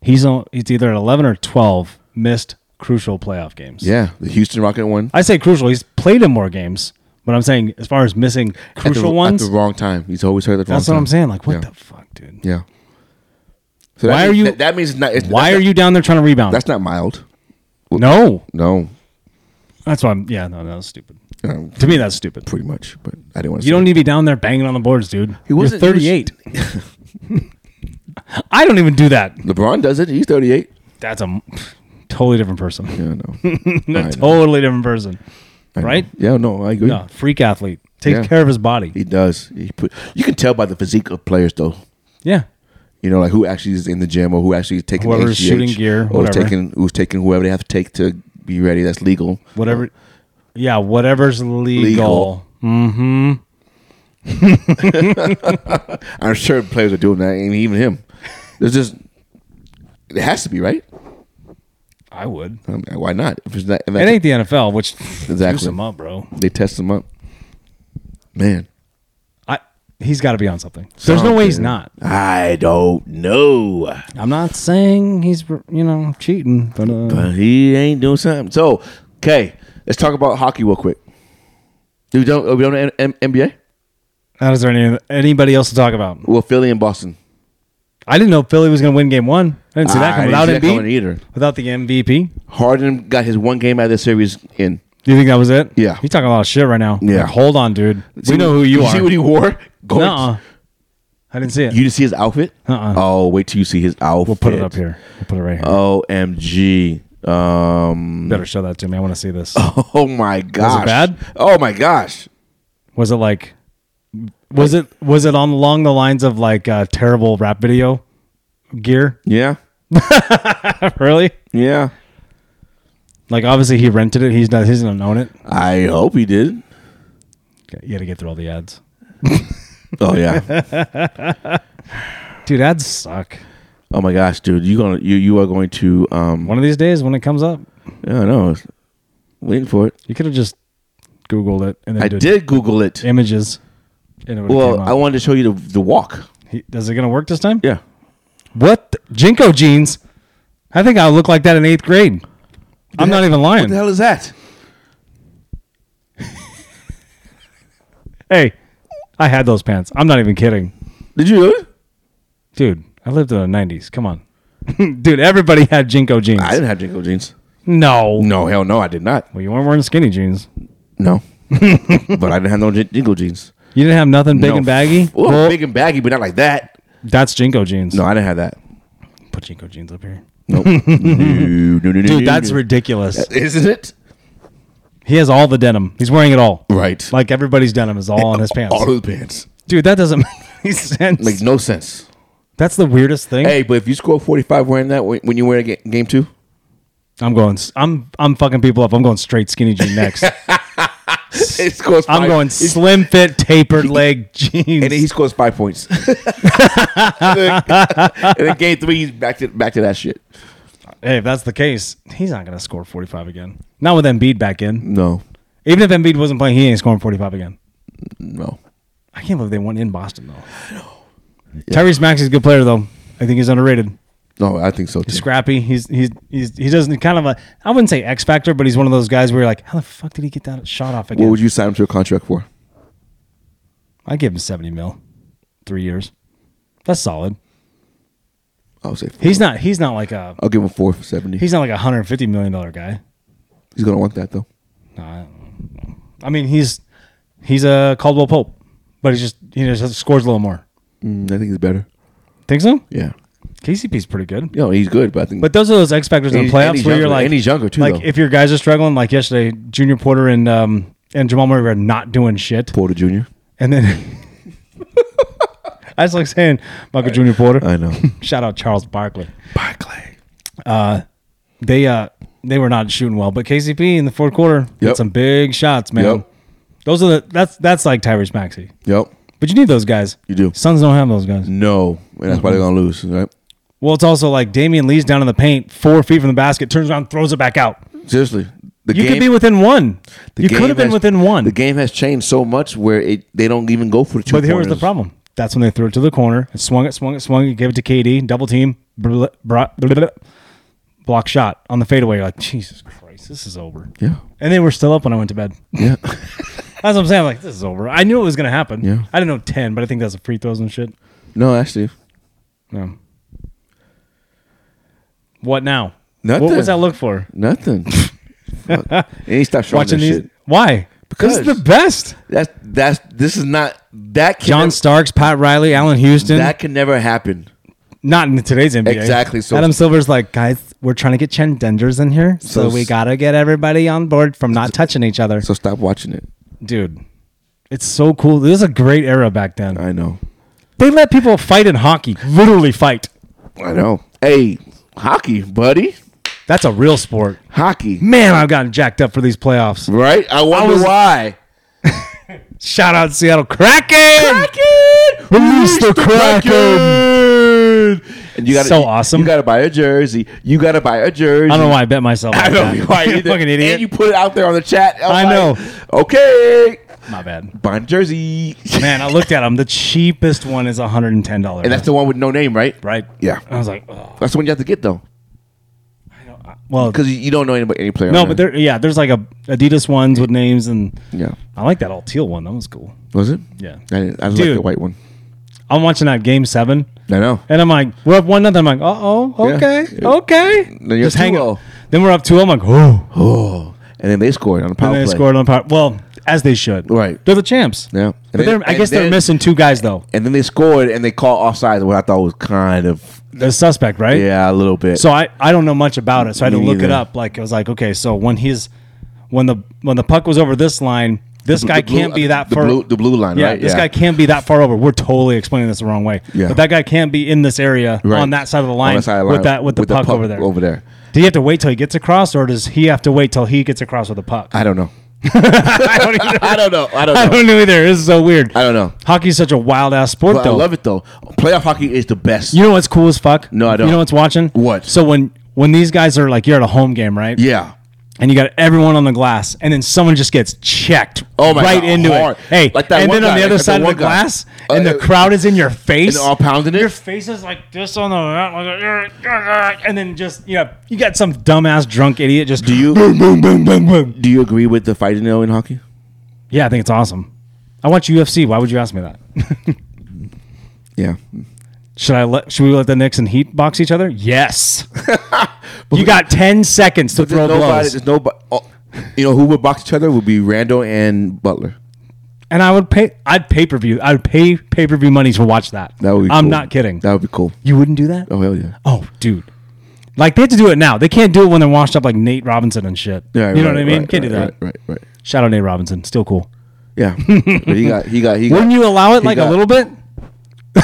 S2: he's on, he's either at eleven or twelve missed crucial playoff games.
S1: yeah, the Houston Rocket one.
S2: I say crucial. He's played in more games, but I'm saying as far as missing
S1: At the-
S2: crucial ones,
S1: at the wrong time. He's always hurt at the wrong
S2: that's what
S1: time.
S2: I'm saying. Like, what
S1: Yeah.
S2: the fuck, dude?
S1: Yeah. So that
S2: Why are
S1: means-
S2: you-
S1: That, that means it's not. It's,
S2: Why
S1: that's
S2: are
S1: not-
S2: you down there trying to rebound?
S1: That's not mild.
S2: no,
S1: No.
S2: that's why I'm. Yeah, no, no, that's stupid.
S1: No,
S2: To me, that's stupid.
S1: pretty much, but I didn't want to.
S2: You don't need to be down there banging on the boards, dude. He was You're
S1: wasn't- he was-
S2: 38. [LAUGHS] I don't even do that.
S1: LeBron does it. He's 38.
S2: that's a m- totally different person. [LAUGHS]
S1: Yeah, no. I know.
S2: totally different person,
S1: I know.
S2: right?
S1: Yeah, no, I agree.
S2: No, freak athlete takes
S1: Yeah.
S2: care of his body.
S1: He does. He put, you can tell by the physique of players, though.
S2: Yeah,
S1: You know, like who actually is in the gym or who actually is taking
S2: Whoever's
S1: HGH,
S2: shooting gear,
S1: or
S2: whatever.
S1: taking who's taking whoever they have to take to be ready. That's legal.
S2: whatever. Yeah, whatever's legal.
S1: Legal. I'm sure players are doing that, and even him. There's just it has to be right.
S2: I would.
S1: I mean, why not? If it's not, if
S2: It
S1: that's-
S2: ain't the NFL, which juice
S1: Exactly.
S2: him up, bro.
S1: they test them up, man.
S2: I he's got to be on something. There's no way he's not.
S1: I don't know.
S2: I'm not saying he's you know cheating, but uh,
S1: But he ain't doing something. So, okay, let's talk about hockey real quick. Do we don't are we on the N- N- NBA?
S2: not is there any anybody else to talk about?
S1: Well, Philly and Boston.
S2: I didn't know Philly was going to win Game One. I didn't see that
S1: I
S2: coming
S1: didn't
S2: without
S1: see that coming
S2: Embiid,
S1: either.
S2: without the MVP.
S1: Harden got his one game out of the series in.
S2: Do you think that was it?
S1: Yeah.
S2: You're talking a lot of shit right now.
S1: Yeah.
S2: Like, hold on, dude. we know who you
S1: Did
S2: are.
S1: [LAUGHS] See what he wore? Going-
S2: Nuh-uh. I didn't see it.
S1: You didn't see his outfit?
S2: Uh-uh.
S1: Oh, wait till you see his outfit.
S2: we'll put it up here. We'll put it right here.
S1: Um, Omg. Um. [LAUGHS]
S2: You Better show that to me. I want to see this.
S1: Oh my gosh.
S2: bad?
S1: Oh my gosh.
S2: Was it like? Was it was it on along the lines of like uh, terrible rap video gear? [LAUGHS]
S1: Yeah.
S2: really?
S1: Yeah.
S2: Like obviously he rented it. He's not. He doesn't own it.
S1: I hope he did.
S2: Okay, You got to get through all the ads,
S1: Oh
S2: [LAUGHS]
S1: yeah.
S2: dude. Ads suck.
S1: oh my gosh, dude. You gonna you you are going to um.
S2: One of these days when it comes up,
S1: Yeah, I know. I was Waiting for it.
S2: you could have just Googled it and then
S1: I
S2: did,
S1: did Google it.
S2: images. And it would've
S1: Well,
S2: came up.
S1: I wanted to show you the the walk.
S2: He- is it gonna work this time?
S1: Yeah.
S2: What the- Jinko jeans? I think I look like that in eighth grade. I'm not even
S1: What
S2: lying.
S1: the hell is that?
S2: Hey, I had those pants. I'm not even kidding,
S1: Did you? do it?
S2: dude. I lived in the '90s. Come on, [LAUGHS] dude. Everybody had Jinko jeans.
S1: I didn't have Jinko jeans.
S2: no.
S1: No, hell no, I did not.
S2: Well, you weren't wealing skinny jeans. [LAUGHS]
S1: No. but I didn't have no jin- Jinko jeans.
S2: You didn't have nothing big
S1: No.
S2: and baggy.
S1: Well,
S2: Well,
S1: big and baggy, but not like that.
S2: that's Jinko jeans.
S1: No, I didn't have that.
S2: Put Jinko jeans up here, [LAUGHS]
S1: Nope. no, no, no, no,
S2: dude.
S1: no,
S2: That's
S1: no.
S2: ridiculous.
S1: Isn't it?
S2: He has all the denim. He's wearing it all.
S1: Right. [LAUGHS]
S2: Like everybody's denim is all on his pants.
S1: All of the pants.
S2: Dude, that doesn't [LAUGHS] make any sense.
S1: Makes no sense.
S2: That's the weirdest thing.
S1: Hey, but if you score 45 wearing that when when you wear a ga- game two, [LAUGHS]
S2: I'm going. s- I'm I'm fucking people up. I'm going straight skinny jean next.
S1: it scores
S2: I'm
S1: five-
S2: going
S1: it's-
S2: slim fit tapered leg jeans.
S1: and then he scores five
S2: [LAUGHS]
S1: points. [LAUGHS] and, then, and then game three, he's back to back to that shit.
S2: hey, if that's the case, he's not gonna score 45 again. Not with Embiid back in.
S1: No,
S2: Even if Embiid wasn't playing, he ain't scoring 45 again.
S1: no.
S2: I can't believe they won in Boston though. Tyrese Maxey's a good player though. I think he's underrated.
S1: No, I think so too.
S2: Scrappy. He's he's he's he doesn't kind of a I wouldn't say X factor, but he's one of those guys where you're like, how the fuck did he get that shot off
S1: What
S2: again?
S1: would you sign him to a contract for?
S2: I give him 70 mil, three years. That's solid.
S1: I would say four.
S2: He's not he's not like a
S1: I'll give him four for 70. He's,
S2: he's not like a 150 million dollar guy.
S1: going to want that, though.
S2: No, I, don't know. I mean he's he's a Caldwell Pope, but he's just he just scores a little more.
S1: Mm, I think he's better.
S2: Think so?
S1: Yeah.
S2: KCP's pretty good.
S1: You know, he's good, but I think.
S2: But those are those X factors in
S1: And
S2: the
S1: he's- and
S2: playoffs
S1: he's
S2: where you're
S1: younger-
S2: like
S1: and he's younger, too,
S2: Like
S1: though.
S2: if your guys are struggling, like yesterday, Junior Porter and um and Jamal Murray were not doing shit.
S1: Porter Jr.
S2: And then [LAUGHS] I just like saying Michael Junior Porter.
S1: I
S2: [LAUGHS]
S1: know.
S2: Shout out Charles Barkley.
S1: Barclay.
S2: They uh they were not shooting well, but KCP in the fourth quarter
S1: Yep.
S2: hit some big shots, man.
S1: Yep.
S2: Those are the that's that's like Tyrese Maxey.
S1: Yep.
S2: But you need those guys.
S1: You do.
S2: Suns don't have those guys.
S1: No. And that's why they're going to lose, right?
S2: Well, it's also like Damian Lee's down in the paint, four feet from the basket, turns around, throws it back out.
S1: Seriously. The
S2: you could be within one.
S1: the
S2: You could
S1: game
S2: have been
S1: has-
S2: within one.
S1: The game has changed so much where it they don't even go for the two
S2: But here was the
S1: pointers.
S2: problem. That's when they threw it to the corner and swung it, swung it, swung it, gave it to KD, double team, bl- br- bl- bl- block shot on the fadeaway. You're like, Jesus Christ, this is over. And they were still up when I went to bed.
S1: Yeah. Yeah.
S2: That's what I'm saying. I'm like, this is over. I knew it was going to happen.
S1: Yeah.
S2: I didn't know 10, but I think that's a free throws and shit.
S1: no, actually.
S2: Yeah. What now?
S1: Nothing.
S2: What was that look for? [LAUGHS]
S1: Nothing. Fuck. and he stopped showing
S2: Watching
S1: that
S2: these?
S1: shit.
S2: Why? this is
S1: Because-
S2: the best.
S1: That's that's this is not that can
S2: John
S1: never,
S2: Starks, Pat Riley, Alan Houston.
S1: that can never happen.
S2: Not in today's NBA.
S1: Exactly, so-
S2: Adam Silver's like, guys, we're trying to get Chen Denders in here, so,
S1: So-
S2: we gotta get everybody on board from not touching each other.
S1: So stop watching it.
S2: Dude, it's so cool. This is a great era back then.
S1: I know.
S2: They let people fight in hockey, literally fight.
S1: I know. Hey, hockey, buddy.
S2: That's a real sport.
S1: Hockey.
S2: Man, I've gotten jacked up for these playoffs.
S1: Right? I wonder
S2: was-
S1: why.
S2: Shout out Seattle Kraken.
S1: Kraken!
S2: Release the Kraken.
S1: And you gotta,
S2: So
S1: you-
S2: awesome.
S1: You gotta buy a jersey. You gotta buy a jersey.
S2: I don't know why I bet
S1: [LAUGHS]
S2: myself.
S1: I
S2: like
S1: don't know
S2: that.
S1: why
S2: You [LAUGHS]
S1: either.
S2: fucking idiot.
S1: And you put it out there on the chat.
S2: I
S1: was
S2: know.
S1: Okay.
S2: My bad.
S1: Buy a jersey.
S2: Man, I looked at them. The cheapest one is $110.
S1: [LAUGHS] and that's the one with no name, right?
S2: right.
S1: Yeah.
S2: I was like, oh.
S1: That's the one you have to get though,
S2: well,
S1: because you don't know anybody, any player.
S2: No,
S1: on
S2: but
S1: there.
S2: there, yeah, there's like a Adidas ones with names, and
S1: yeah.
S2: I like that all teal one. That was cool.
S1: Was it? I,
S2: Yeah.
S1: didn't- I just
S2: Dude.
S1: like the white one.
S2: I'm watching that game seven,
S1: I know.
S2: and I'm like, we're up one nothing. I'm like, uh oh,
S1: Yeah.
S2: okay, okay.
S1: Then you're oh. up 2-0.
S2: up. Then we're up two. I'm like, oh,
S1: Oh, and then they scored on the power
S2: and they
S1: play.
S2: scored on power. Well, as they should.
S1: Right.
S2: They're the champs.
S1: Yeah. And
S2: but
S1: then-
S2: they're, I
S1: and
S2: guess they're
S1: then-
S2: missing two guys though.
S1: And then they scored, and they called offsides, what I thought was kind of
S2: The suspect, right?
S1: yeah, a little bit.
S2: So I, I don't know much about it. So I had to
S1: Me
S2: look it
S1: neither.
S2: up. Like I was like, okay, so when he's when the when the puck was over this line, this guy
S1: The blue- uh,
S2: can't be that
S1: the
S2: far.
S1: Blue, the blue line,
S2: Yeah,
S1: right?
S2: this guy can't be that far over. We're totally explaining this the wrong way.
S1: Yeah.
S2: But that guy can't be in this area
S1: Right.
S2: on that side of the
S1: On
S2: line,
S1: the side of the
S2: with
S1: line,
S2: that with the puck, over there.
S1: Over there.
S2: Do you have to wait till he gets across, or does he have to wait till he gets across with the puck? [LAUGHS]
S1: I don't know.
S2: I don't either.
S1: I don't know. [LAUGHS] I don't
S2: I
S1: know.
S2: don't know either. This is so weird.
S1: I don't know.
S2: Hockey's such a wild ass sport,
S1: But I
S2: though.
S1: love it though. Playoff hockey is the best.
S2: You know what's cool as fuck?
S1: No, I don't.
S2: You know what's watching?
S1: What?
S2: So when when these guys are like, you're at a home game, right?
S1: yeah.
S2: and you got everyone on the glass, and then someone just gets checked
S1: Oh my
S2: right
S1: God,
S2: into
S1: hard.
S2: it. Hey,
S1: Like that
S2: and
S1: one
S2: then on
S1: guy,
S2: the other
S1: like that
S2: side of the
S1: one guy.
S2: glass,
S1: Uh,
S2: and the
S1: uh,
S2: crowd is in your face.
S1: And they're all pounding
S2: Your
S1: it.
S2: face is like this on the, and then just you know you got some dumbass drunk idiot just
S1: Do you boom, boom, boom, boom, boom. Do you agree with the fighting though in hockey?
S2: yeah I think it's awesome. I watch UFC. Why would you ask me that?
S1: Yeah.
S2: Should I let? Should we let the Knicks and Heat box each other?
S1: [LAUGHS]
S2: Yes. you got ten seconds to throw
S1: There's nobody.
S2: blows,
S1: There's nobody. Oh, you know who would box each other would be Randall and Butler.
S2: and I would pay. I'd pay per view. I'd pay pay per view money to watch that.
S1: That would. Be
S2: I'm
S1: cool.
S2: not kidding.
S1: That would be cool.
S2: you wouldn't do that?
S1: Oh hell yeah.
S2: Oh, dude. Like they have to do it now. They can't do it when they're washed up like Nate Robinson and shit.
S1: Yeah.
S2: you know
S1: right,
S2: what I mean?
S1: right,
S2: can't do
S1: right,
S2: that.
S1: Right. Right. right.
S2: Shout out Nate Robinson. Still cool. [LAUGHS]
S1: Yeah, but he got he got he got.
S2: Wouldn't you allow it like
S1: got-
S2: a little bit? [LAUGHS]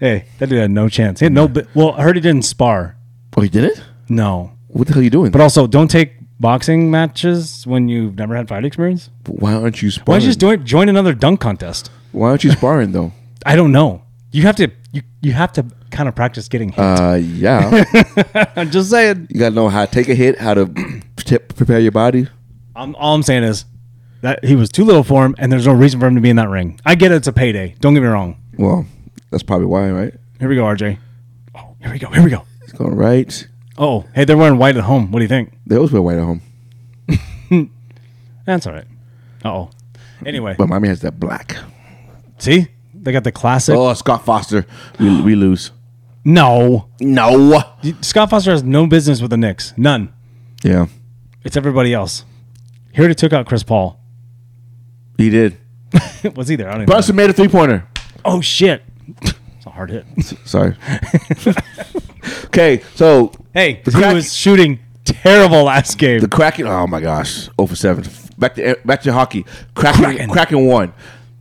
S2: hey, that dude had no chance. He had no. Bi- well, I heard he didn't spar.
S1: oh, he did it.
S2: No,
S1: What the hell are you doing?
S2: but also don't take boxing matches when you've never had fight experience.
S1: why aren't you
S2: Why
S1: sparring?
S2: don't you just join join another dunk contest?
S1: why aren't you sparring though?
S2: I don't know. You have to you you have to kind of practice getting hit.
S1: Uh,
S2: [LAUGHS]
S1: yeah.
S2: I'm just saying.
S1: you gotta know how to take a hit, how to [CLEARS THROAT] pre- prepare your body.
S2: I'm, all I'm saying is that he was too little for him, and there's no reason for him to be in that ring. I get it, it's a payday. Don't get me wrong.
S1: Well, that's probably why, right?
S2: Here we go, RJ. Oh, here we go. Here we go.
S1: It's going right.
S2: Oh, hey, they're wearing white at home. What do you think?
S1: They always wear white at home,
S2: That's all right. Uh oh. Anyway,
S1: but Miami has that black.
S2: see, they got the classic.
S1: Oh, Scott Foster, we, we lose.
S2: No,
S1: No.
S2: Scott Foster has no business with the Knicks. None.
S1: Yeah,
S2: It's everybody else. He already took out Chris Paul. [LAUGHS]
S1: he did.
S2: Was he there? I don't even know.
S1: Brunson made a three pointer.
S2: Oh shit! [LAUGHS] it's a hard hit.
S1: Sorry. [LAUGHS] okay, so
S2: Hey,
S1: The
S2: he
S1: crack-
S2: was shooting terrible last game.
S1: the Kraken. Oh my gosh, zero for seven. Back to back to hockey. Kraken,
S2: Kraken.
S1: Kraken. won.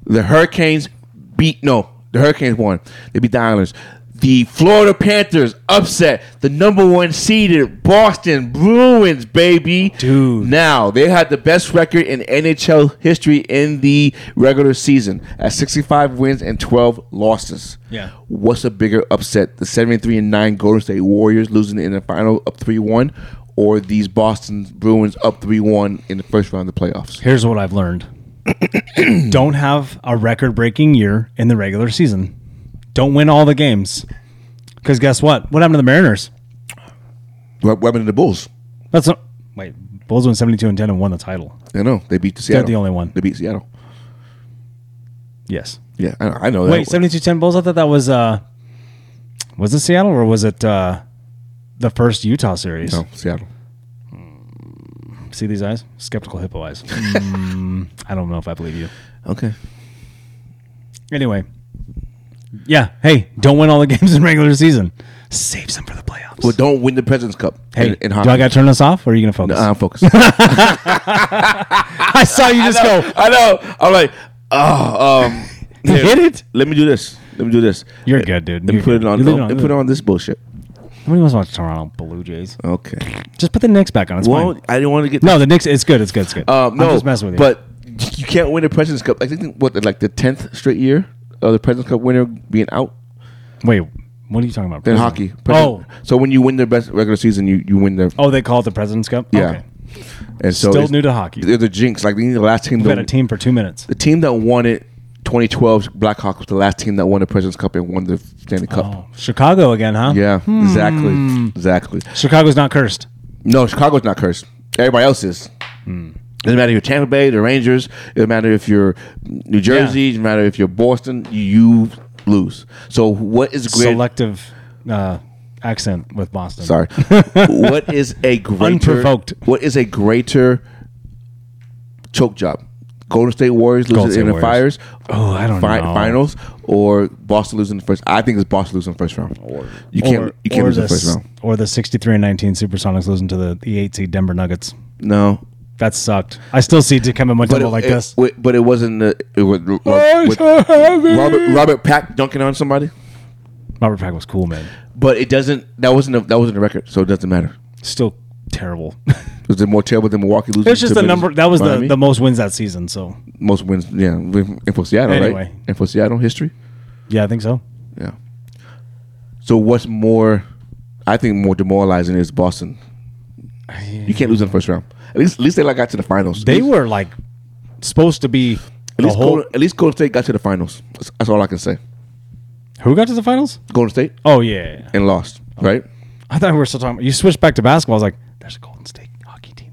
S1: The Hurricanes beat no. The Hurricanes won. They beat the Islanders. The Florida Panthers upset the number one seeded Boston Bruins, baby.
S2: Dude.
S1: Now they had the best record in NHL history in the regular season at 65 wins and 12 losses.
S2: Yeah.
S1: What's a bigger upset? The 73 and 9 Golden State Warriors losing in the final up 3 1 or these Boston Bruins up 3 1 in the first round of the playoffs?
S2: Here's what I've [CLEARS THROAT] learned. Don't have a record breaking year in the regular season. Don't win all the games. Because guess what? What happened to the Mariners?
S1: What what happened to the Bulls?
S2: That's not. Wait, Bulls went 72 and 10 and won the title.
S1: I know. They beat the Seattle.
S2: the only one.
S1: They beat Seattle.
S2: Yes.
S1: Yeah, I know, I know
S2: Wait,
S1: that.
S2: 72 10 Bulls? I thought that was. uh Was it Seattle or was it uh the first Utah series?
S1: No, Seattle.
S2: See these eyes? Skeptical hippo [LAUGHS] eyes. Mm, I don't know if I believe you.
S1: Okay.
S2: Anyway. Yeah. Hey, don't win all the [LAUGHS] games in regular season. Save some for the playoffs.
S1: But don't win the President's Cup
S2: Hey,
S1: in, in
S2: do I
S1: hockey.
S2: got to turn this off, or are you gonna focus?
S1: I'm focused. I
S2: [LAUGHS] I saw you just
S1: know.
S2: go.
S1: I know. I'm like, oh, um, here,
S2: Hit it.
S1: Let me do this. Let me do this.
S2: You're good, dude.
S1: Let me
S2: You're
S1: put
S2: good.
S1: it on. oh,
S2: You leave
S1: Let
S2: it on,
S1: me
S2: leave
S1: put
S2: it
S1: on this bullshit.
S2: Nobody wants to watch Toronto Blue Jays.
S1: Okay.
S2: Just put the Knicks back on. It's
S1: Well,
S2: fine.
S1: I didn't want to get
S2: No, the Knicks. It's good. It's good. It's good.
S1: Um, no,
S2: I'm just messing with you.
S1: But you can't win the Presidents Cup. I think what like the tenth straight year of the Presidents Cup winner being out
S2: wait, what are you talking about?
S1: in
S2: President-
S1: hockey.
S2: Oh,
S1: President- so when you win the best regular season, you, you win the
S2: oh, they call it the President's Cup.
S1: yeah.
S2: Okay.
S1: And so
S2: Still
S1: it's-
S2: new to hockey.
S1: They're the jinx. Like they need the last team.
S2: We had
S1: That,
S2: a team for two minutes.
S1: The team that won it, 2012 Blackhawks was the last team that won the Presidents Cup and won the Stanley Cup.
S2: Oh, Chicago again, huh?
S1: Yeah,
S2: Hmm.
S1: exactly, exactly.
S2: Chicago's not cursed.
S1: No, Chicago's not cursed. Everybody else is.
S2: Hmm.
S1: Doesn't matter if you're Tampa Bay, the Rangers. Doesn't matter if you're New Jersey. Doesn't matter if you're Boston. You lose. So what is great?
S2: Selective uh, accent with Boston. [LAUGHS]
S1: sorry. what is a greater?
S2: Unprovoked.
S1: What is a greater choke job? Golden State Warriors losing
S2: Golden State
S1: in the
S2: Warriors.
S1: fires.
S2: Oh, I don't know.
S1: Finals or Boston losing the first. I think it's Boston losing the first round. you can't. you can't lose the first
S2: s-
S1: round.
S2: Or the 63 and 19 Supersonics losing to the, the 8 seed Denver Nuggets.
S1: No.
S2: That sucked. I still see Dikembe Mutombo like
S1: it,
S2: this.
S1: wi- but it wasn't. The, it was with Robert Robert Pack dunking on somebody.
S2: Robert Pack was cool, man.
S1: But it doesn't. That wasn't. A, that wasn't a record, so it doesn't matter.
S2: Still terrible. [LAUGHS]
S1: Was it more terrible than Milwaukee losing?
S2: It's just
S1: to
S2: the number. That was the,
S1: Miami?
S2: the most wins that season. So
S1: most wins. Yeah, and for Seattle,
S2: Anyway.
S1: right? And for Seattle history.
S2: yeah, I think so.
S1: Yeah. So what's more? I think more demoralizing is Boston. You can't lose in the first round. At least, at least they like got to the finals.
S2: They
S1: at least,
S2: were like supposed to be
S1: at
S2: the
S1: least,
S2: whole.
S1: Golden, at least Golden State got to the finals. That's, that's all I can say.
S2: Who got to the finals?
S1: Golden State
S2: Oh yeah, yeah.
S1: and lost, right?
S2: I thought we were still talking. You switched back to basketball. I was like, there's a Golden State hockey team.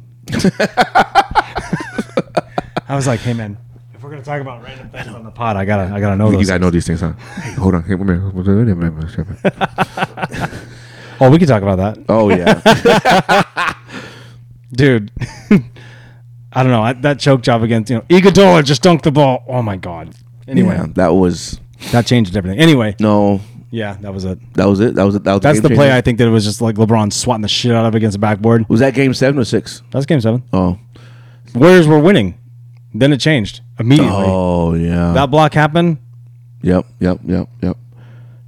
S2: I was like, hey man, if we're gonna talk about random things on the pod, I gotta I gotta know
S1: You
S2: those.
S1: gotta know these things, huh? Hey, hold on. Hey, wait a minute. Wait a minute, wait a minute, wait a minute.
S2: oh, we could talk about that.
S1: Oh yeah,
S2: dude. [LAUGHS] I don't know I, that choke job against you know Iguodala just dunked the ball. Oh my god. [LAUGHS] Anyway,
S1: yeah. That was
S2: that changed everything. Anyway,
S1: no.
S2: yeah, that was it.
S1: That was it. That was it. That was
S2: That's
S1: game
S2: the play
S1: changer?
S2: I think that it was just like LeBron swatting the shit out of against the backboard.
S1: was that game seven or six?
S2: That's game seven.
S1: Oh,
S2: Warriors were winning. Then it changed immediately.
S1: Oh yeah.
S2: That block happened.
S1: yep. Yep. Yep. Yep.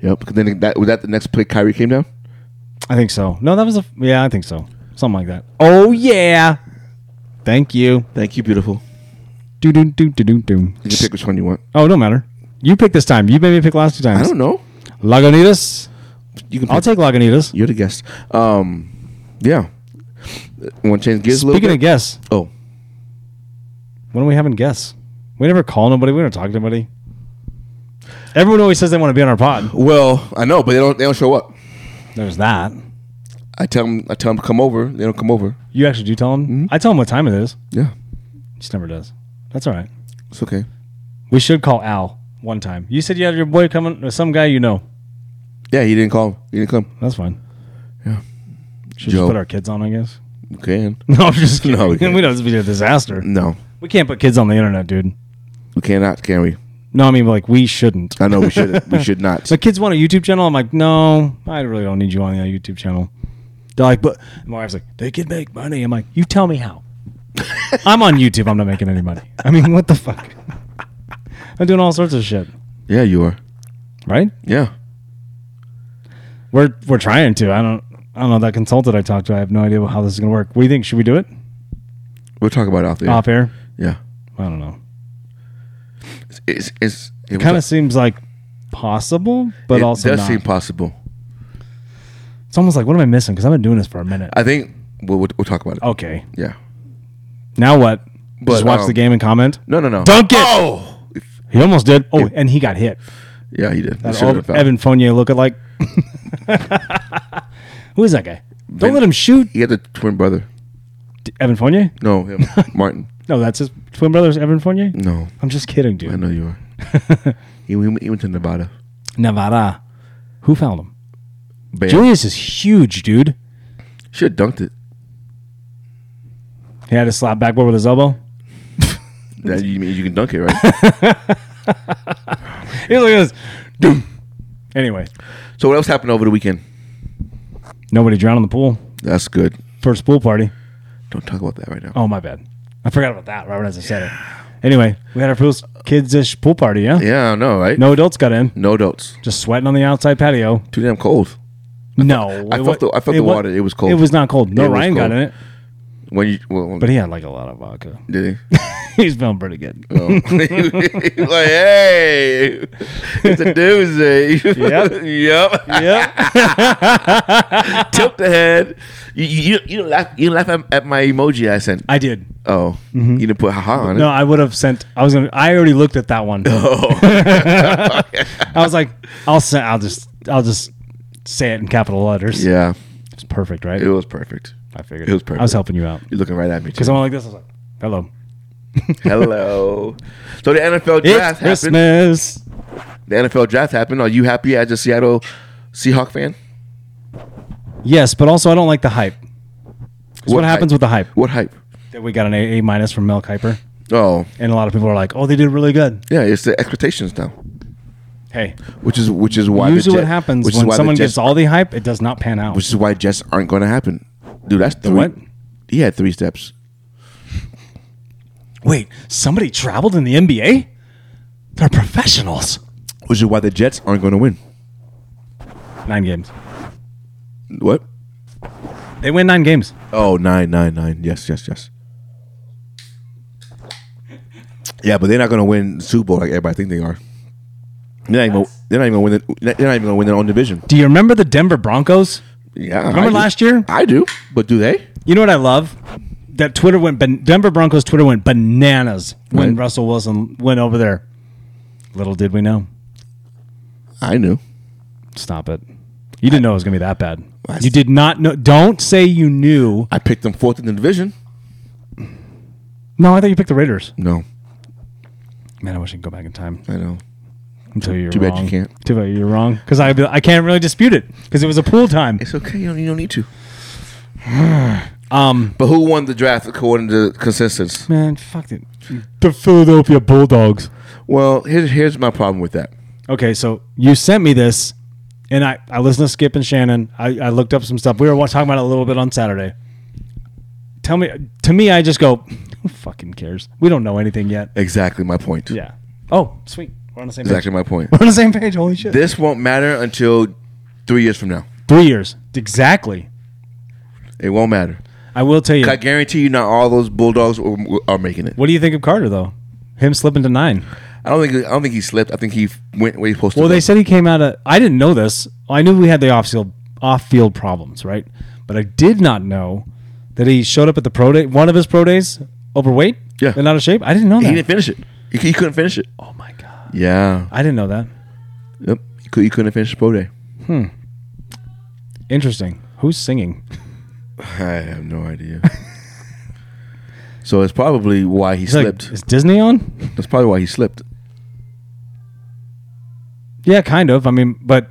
S1: Yep. 'Cause Then that was that the next play Kyrie came down.
S2: I think so. No, that was a yeah. I think so. Something like that. Oh yeah. Thank you.
S1: Thank you, beautiful.
S2: Do do do do do do.
S1: You can pick which one you want.
S2: Oh, no matter. You pick this time. You made me pick last two
S1: I
S2: times.
S1: don't know.
S2: Lagunitas.
S1: You can. Pick.
S2: I'll take Lagunitas.
S1: You're the guest. Um, yeah. Want to change gears a little
S2: Speaking
S1: bit?
S2: of guests,
S1: oh,
S2: when are we having guests? We never call nobody. We don't talk to anybody. Everyone always says they want to be on our pod.
S1: well, I know, but they don't. They don't show up.
S2: There's that.
S1: I tell them. I tell them to come over. They don't come over.
S2: You actually do tell them.
S1: Mm-hmm.
S2: I tell them what time it is.
S1: Yeah,
S2: Just never does. That's all right.
S1: it's okay.
S2: We should call Al one time. You said you had your boy coming, or some guy you know.
S1: Yeah, he didn't call. He didn't come.
S2: That's fine.
S1: Yeah.
S2: Should
S1: Joe.
S2: just put our kids on, I guess. [LAUGHS]
S1: Okay, and
S2: No, I'm just kidding.
S1: [LAUGHS] No, we
S2: [LAUGHS] we,
S1: can't.
S2: don't have to be a disaster.
S1: no,
S2: We can't put kids on the internet, dude.
S1: we cannot, can we?
S2: No, I mean like we shouldn't.
S1: I know we
S2: [LAUGHS]
S1: should. we should not.
S2: My kids want a YouTube channel. I'm like, no, I really don't need you on the YouTube channel. They're like, but my wife's like, they can make money. I'm like, you tell me
S1: [LAUGHS]
S2: how. I'm on YouTube. I'm not making any money. I mean, what the fuck? [LAUGHS] I'm doing all sorts of shit,
S1: Yeah, you are.
S2: right?
S1: Yeah,
S2: We're we're trying to. I don't I don't know that consultant I talked to. I have no idea how this is gonna work. What do you think? Should we do it
S1: we'll talk about it off the air.
S2: off air?
S1: Yeah,
S2: I don't know.
S1: it's it's, it's it was-
S2: Kind of seems like possible, but
S1: it
S2: also
S1: does
S2: not.
S1: seem possible.
S2: it's almost like what am I missing? Because I've been doing this for a minute.
S1: I think we'll, we'll, we'll talk about it.
S2: okay,
S1: Yeah.
S2: now what?
S1: But,
S2: Just watch
S1: um,
S2: the game and comment.
S1: No, no, no.
S2: Dunk it.
S1: Oh. If-
S2: He almost did. Oh, and he got hit.
S1: Yeah, he did. He
S2: That
S1: should've
S2: old
S1: been fouled.
S2: Evan Fournier
S1: [LAUGHS]
S2: look alike. Who is that guy? Don't
S1: Vin-
S2: let him shoot.
S1: He had a twin brother.
S2: D- Evan Fournier?
S1: No,
S2: [LAUGHS]
S1: him. Martin.
S2: No, that's his twin brother's Evan Fournier.
S1: No,
S2: I'm just kidding,
S1: I
S2: dude.
S1: know
S2: [LAUGHS]
S1: you are. he, he, he went to Nevada.
S2: Navarra. Who found him?
S1: Bam.
S2: Julius is huge, dude.
S1: Should have dunked it.
S2: He had a slap backboard with his elbow.
S1: That you mean you can dunk it,
S2: [LAUGHS]
S1: right?
S2: He look at this. Doom. Anyway,
S1: so what else happened over the weekend?
S2: nobody drowned in the pool.
S1: That's good.
S2: First pool party.
S1: Don't talk about that right now.
S2: Oh, my bad. I forgot about that right when I said it. Anyway, we had our first kids ish pool party, yeah?
S1: Yeah, I know, right?
S2: No adults got in.
S1: No adults.
S2: Just sweating on the outside patio.
S1: Too damn cold.
S2: No,
S1: I
S2: it
S1: felt
S2: wa-
S1: the- I felt
S2: it
S1: the
S2: wa-
S1: water. It was cold.
S2: It was not cold. No,
S1: It was
S2: Ryan got
S1: cold.
S2: in it,
S1: When you well, [LAUGHS]
S2: but he had like a lot of vodka. [LAUGHS]
S1: did [LAUGHS]
S2: He's feeling pretty good.
S1: he? No. He was like, hey, it's a doozy. [LAUGHS] Yep. yep.
S2: Yeah,
S1: Tilt the head. You you you, you didn't laugh. You didn't laugh at, at my emoji I sent.
S2: [LAUGHS] I did.
S1: Oh, you didn't put haha on it.
S2: No, I would have sent. I was gonna. I already looked at that one.
S1: [LAUGHS] Oh, [LAUGHS]
S2: I was like, I'll send. I'll just. I'll just say it in capital letters.
S1: yeah.
S2: It's perfect, right?
S1: It was perfect.
S2: I figured
S1: it was
S2: I was
S1: perfect.
S2: helping you out
S1: You're looking right at me. [LAUGHS]
S2: because
S1: Too.
S2: I went like this. I was like, "Hello,
S1: Hello. So the NFL
S2: it's
S1: draft happened.
S2: Christmas."
S1: The NFL draft happened. Are you happy as a Seattle Seahawk fan?
S2: Yes, but also I don't like the hype. 'Cause What,
S1: What
S2: happens
S1: hype?
S2: with the hype?
S1: What hype?
S2: That we got an A A minus from Mel Kiper,
S1: Oh,
S2: and a lot of people are like, "Oh, they did really good."
S1: yeah. It's the expectations now,
S2: Hey,
S1: which is which is why the
S2: Usually,
S1: Jet-
S2: what happens
S1: Which is
S2: when
S1: why the
S2: someone
S1: Jets,
S2: gets all the hype, it does not pan out.
S1: Which is why Jets aren't going to happen, dude. That's three.
S2: what?
S1: He had three steps.
S2: Wait, somebody traveled in the NBA? They're professionals.
S1: Which is why the Jets aren't going to win.
S2: Nine games.
S1: What?
S2: They win nine games.
S1: Oh, nine, nine, nine. Yes, yes, yes. Yeah, but they're not going to win the Super Bowl like everybody think they are. They're not even. They're not even going to win. The, they're not even going to win their own division.
S2: Do you remember the Denver Broncos?
S1: Yeah. I
S2: Remember
S1: do.
S2: last year?
S1: I do, but do they?
S2: You know what I love? That Twitter went ban- Denver Broncos Twitter went bananas when
S1: Right.
S2: Russell Wilson went over there. Little did we know.
S1: I knew.
S2: Stop it. You didn't know it was going to be that bad.
S1: I-
S2: You did not know. Don't say you knew.
S1: I picked them fourth in the division.
S2: No, I thought you picked the Raiders.
S1: No,
S2: Man, I wish I could go back in time.
S1: I know.
S2: Until you're
S1: Too bad you
S2: wrong.
S1: can't.
S2: Too bad you're wrong. Because I, I can't really dispute it because it was a pool time.
S1: It's okay. You don't, you don't [SIGHS] need to.
S2: Um,
S1: But who won the draft according to consensus?
S2: man, fuck it. The Philadelphia Bulldogs.
S1: Well, here's here's my problem with that.
S2: Okay, so you sent me this, and I I listened to Skip and Shannon. I, I looked up some stuff. We were wa- talking about it a little bit on Saturday. Tell me, to me, I just go, who fucking cares? We don't know anything yet.
S1: Exactly my point.
S2: Yeah. Oh, sweet. We're on the same page.
S1: Exactly my point.
S2: We're on the same page. Holy shit.
S1: This won't matter until three years from now.
S2: Three years. Exactly.
S1: It won't matter.
S2: I will tell you.
S1: I guarantee you, not all those bulldogs are, are making it.
S2: What do you think of Carter though? Him slipping to nine.
S1: I don't think. I don't think he slipped. I think he went where he's supposed
S2: Well,
S1: to. go.
S2: they said he came out of. I didn't know this. I knew we had the off-field off-field problems, right? But I did not know that he showed up at the pro day, one of his pro days, overweight,
S1: Yeah.
S2: and out of shape. I didn't know
S1: he
S2: that.
S1: didn't finish it. He, he couldn't finish it.
S2: oh my god,
S1: Yeah.
S2: I didn't know that.
S1: Yep. He, could, he couldn't finish pro day.
S2: Interesting. Who's singing?
S1: I have no idea. [LAUGHS] so it's probably why he
S2: It's like,
S1: slipped.
S2: is Disney on?
S1: That's probably why he slipped.
S2: Yeah, kind of. I mean, but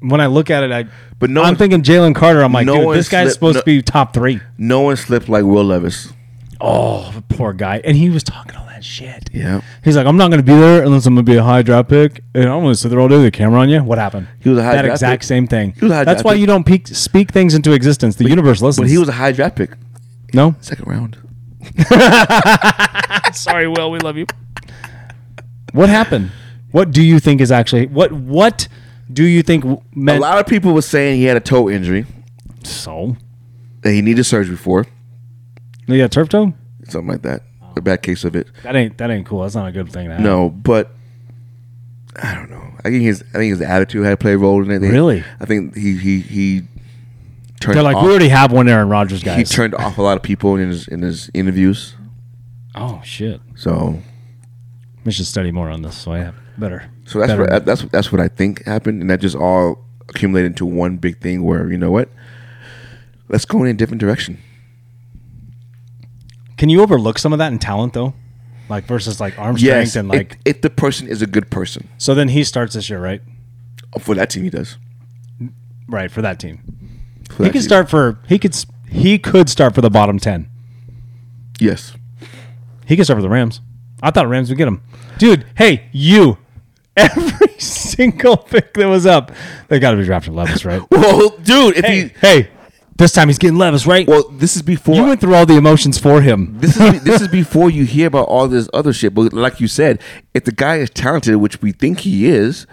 S2: when I look at it, I
S1: But no
S2: I'm
S1: one-
S2: thinking Jalen Carter. I'm like,
S1: no
S2: dude,
S1: one
S2: this guy's
S1: slipped-
S2: supposed
S1: no-
S2: to be top three.
S1: No one slipped like Will Levis.
S2: Oh, the poor guy. And he was talking all that shit.
S1: Yeah.
S2: He's like, I'm not going to be there unless I'm going to be a high draft pick, and I'm going to sit there all day with a camera on you. What happened?
S1: He was a high
S2: that
S1: draft
S2: exact
S1: pick.
S2: same thing.
S1: He was a high
S2: That's
S1: draft
S2: why
S1: pick.
S2: you don't peak, speak things into existence. The universe listens.
S1: But he was a high draft pick,
S2: no.
S1: second round.
S2: Sorry, Will. We love you. What happened? What do you think is actually what? What do you think w-
S1: A
S2: meant?
S1: lot of people were saying he had a toe injury
S2: so
S1: that he needed surgery for,
S2: yeah, turf toe.
S1: something like that. A bad case of it.
S2: That ain't that ain't cool. That's not a good thing. To have.
S1: No, but I don't know. I think his I think his attitude had played a role in it.
S2: Really?
S1: I think he he he turned
S2: they're like
S1: off,
S2: we already have one Aaron Rodgers guys.
S1: he turned off a lot of people in his in his interviews.
S2: oh shit.
S1: So
S2: We should study more on this so I have better.
S1: So that's
S2: better-
S1: what that's that's what I think happened, and that just all accumulated into one big thing. Where you know what, let's go in a different direction.
S2: Can you overlook some of that in talent though? Like versus like arm strength
S1: Yes,
S2: and like
S1: if, if the person is a good person
S2: so then he starts this year, right?
S1: for that team, he does.
S2: Right, for that team.
S1: For
S2: He
S1: that
S2: could
S1: team.
S2: start for he could s- he could start for the bottom 10.
S1: Yes,
S2: He could start for the Rams. I thought Rams would get him. Dude, hey, you [LAUGHS] every single pick that was up, they got to be drafting
S1: [LAUGHS]
S2: Levis, right?
S1: [LAUGHS] well, dude, if
S2: hey,
S1: he
S2: hey, this time he's getting Levis, right?
S1: well, this is before
S2: you went through all the emotions for
S1: [LAUGHS]
S2: him.
S1: this is this is before you hear about all this other shit. But like you said, if the guy is talented, which we think he is,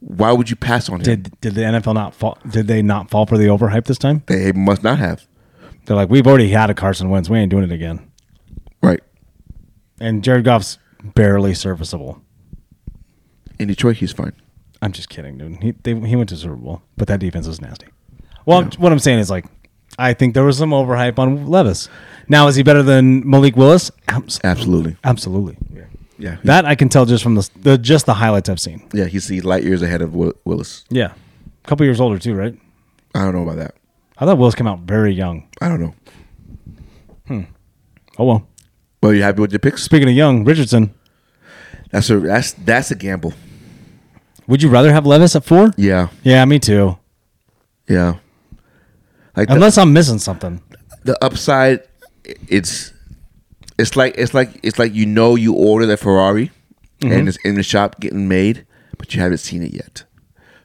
S1: why would you pass on him?
S2: [LAUGHS] Did did the NFL not fall? Did they not fall for the overhype this time?
S1: they must not have
S2: They're like, we've already had a Carson Wentz. We ain't doing it again.
S1: right
S2: And Jared Goff's barely serviceable.
S1: in Detroit. He's fine.
S2: I'm just kidding, dude. He they, he went to Super Bowl, but that defense was nasty. Well, what I'm saying is like, I think there was some overhype on Levis. Now is he better than Malik Willis? Abs-
S1: Absolutely.
S2: Absolutely.
S1: Yeah.
S2: That I can tell just from the, the just the highlights I've seen.
S1: Yeah. He's, he's light years ahead of Will- Willis.
S2: Yeah, a couple years older too, right?
S1: I don't know about that.
S2: I thought Willis came out very young.
S1: I don't know.
S2: Oh well.
S1: Well, you happy with your picks?
S2: Speaking of young, Richardson,
S1: That's a that's that's a gamble.
S2: would you rather have Levis at four?
S1: Yeah,
S2: Yeah, me too.
S1: yeah. Like the,
S2: Unless I'm missing something.
S1: the upside, i- it's it's like it's like it's like you know you ordered a Ferrari
S2: Mm-hmm.
S1: and it's in the shop getting made, but you haven't seen it yet.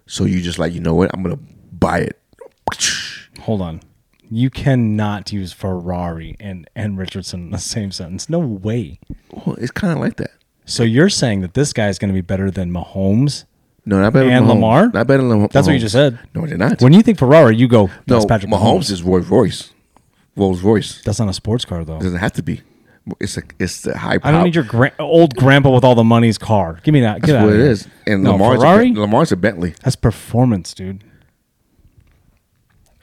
S1: So you just like you know what I'm gonna buy it.
S2: Hold on. You cannot use Ferrari and, and Richardson in the same sentence. No way.
S1: Well, it's kind of like that.
S2: So you're saying that this guy is going to be better than Mahomes?
S1: No, not better than
S2: And
S1: Mahomes.
S2: Lamar?
S1: Not better than Lam- Mahomes.
S2: That's what you just said.
S1: No, I did not.
S2: When you think Ferrari, you go,
S1: no,
S2: that's Patrick
S1: Mahomes,
S2: Mahomes.
S1: is Rolls Royce. Rolls Royce
S2: That's not a sports car, though.
S1: doesn't have to be. It's a it's the high.
S2: I don't need your gra- old grandpa with all the money's car. Give me that. Get
S1: That's
S2: out
S1: what
S2: of
S1: it
S2: here.
S1: is. And
S2: No,
S1: Lamar's
S2: Ferrari?
S1: A, Ben- Lamar's a Bentley.
S2: That's performance, dude.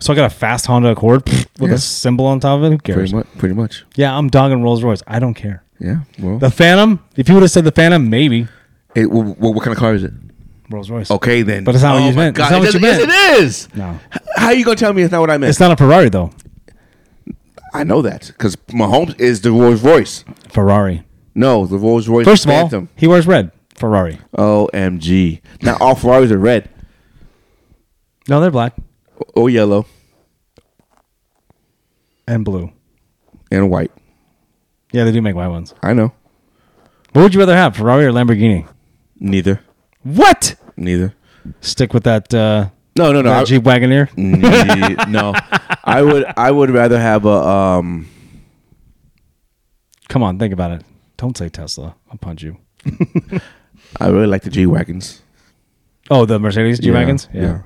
S2: So I got a fast Honda Accord pfft, with
S1: Yeah.
S2: a symbol on top of it. Who cares?
S1: Pretty much. Pretty much.
S2: Yeah, I'm dogging Rolls Royce. I don't care.
S1: Yeah. Well,
S2: The Phantom. If you would have said the Phantom, maybe
S1: it, what, what kind of car is it?
S2: Rolls Royce.
S1: Okay, then. Oh
S2: But it's not what you
S1: my
S2: meant. It's
S1: God.
S2: not what
S1: It
S2: you
S1: doesn't-
S2: meant.
S1: Yes, it is.
S2: No.
S1: H- How are you gonna tell me it's not what I meant?
S2: It's not a Ferrari though.
S1: I know that because Mahomes is the Rolls Royce.
S2: Ferrari.
S1: No, the Rolls Royce.
S2: First of all,
S1: Phantom.
S2: he wears red. Ferrari.
S1: all, OMG! Not all Ferraris are red
S2: No, they're black
S1: or yellow
S2: and blue.
S1: and white.
S2: Yeah, they do make white ones.
S1: I know.
S2: What would you rather have, Ferrari or Lamborghini?
S1: Neither.
S2: What?
S1: Neither.
S2: Stick with that. Uh,
S1: No, no, no.
S2: that
S1: I-
S2: Jeep Wagoneer. [LAUGHS]
S1: Ne- no, I would. I would rather have a um
S2: Come on, think about it. Don't say Tesla. I'll punch you.
S1: I really like the G wagons.
S2: Oh, the Mercedes G
S1: Yeah,
S2: wagons. Yeah.
S1: yeah.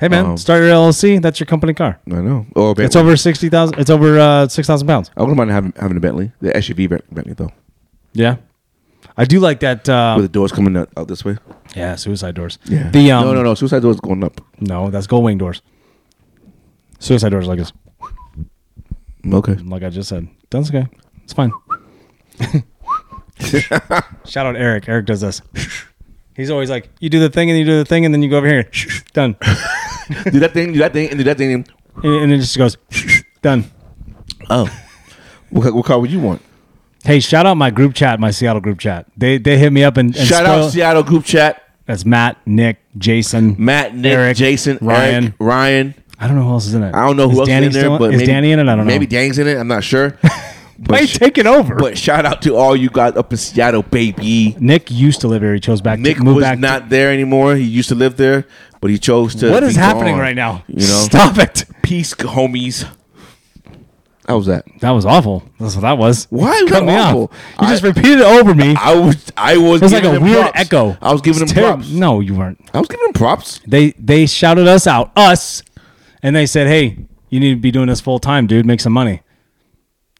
S2: Hey man,
S1: Um,
S2: start your LLC. That's your company car.
S1: I know. Oh,
S2: It's
S1: Bentley.
S2: over sixty thousand. It's over uh, six thousand pounds.
S1: I wouldn't mind having, having a Bentley, the SUV Bent- Bentley though,
S2: Yeah, I do like that.
S1: with
S2: Uh,
S1: the doors coming out, out this way.
S2: yeah, suicide doors. The um,
S1: no, no, no. Suicide doors going up.
S2: No, that's gold wing doors. Suicide doors like this.
S1: Okay.
S2: Like I just said. That's okay.
S1: [LAUGHS]
S2: It's fine. Shout out Eric. Eric does this. He's always like, you do the thing and you do the thing and then you go over here. Done.
S1: do that thing. Do that thing. And do that thing. and-
S2: And and it just goes, done.
S1: Oh. what, ca- what car would you want?
S2: Hey, shout out my group chat, my Seattle group chat. They they hit me up and, and
S1: Shout
S2: spoil-
S1: out Seattle group chat.
S2: That's Matt, Nick, Jason,
S1: Matt, Nick,
S2: Eric,
S1: Jason,
S2: Ryan.
S1: Eric, Ryan.
S2: I don't know who else is in it.
S1: I don't know who
S2: is
S1: else
S2: Danny
S1: is in
S2: still
S1: there, but
S2: is
S1: maybe,
S2: Danny in it? I don't know.
S1: Maybe Danny's in it. I'm not
S2: [LAUGHS]
S1: sure.
S2: Why
S1: But, sh-
S2: take it over?
S1: but shout out to all you guys up in Seattle, baby.
S2: Nick used to live here. He chose back.
S1: Nick
S2: to move
S1: was
S2: back to-
S1: not there anymore. He used to live there, but he chose to.
S2: what is
S1: be
S2: happening
S1: gone,
S2: right now?
S1: You know,
S2: stop it.
S1: peace, homies. How was that?
S2: That was awful. That's what that was.
S1: Why
S2: You
S1: was
S2: cut
S1: that
S2: me
S1: awful?
S2: off? You
S1: I-
S2: just repeated it over me.
S1: I was. I was.
S2: it was like
S1: giving
S2: a
S1: him
S2: weird
S1: props.
S2: echo.
S1: I was giving him
S2: It's terrib-
S1: props.
S2: No, you weren't.
S1: I was giving him props.
S2: They they shouted us out, us, and they said, "Hey, you need to be doing this full time, dude. Make some money."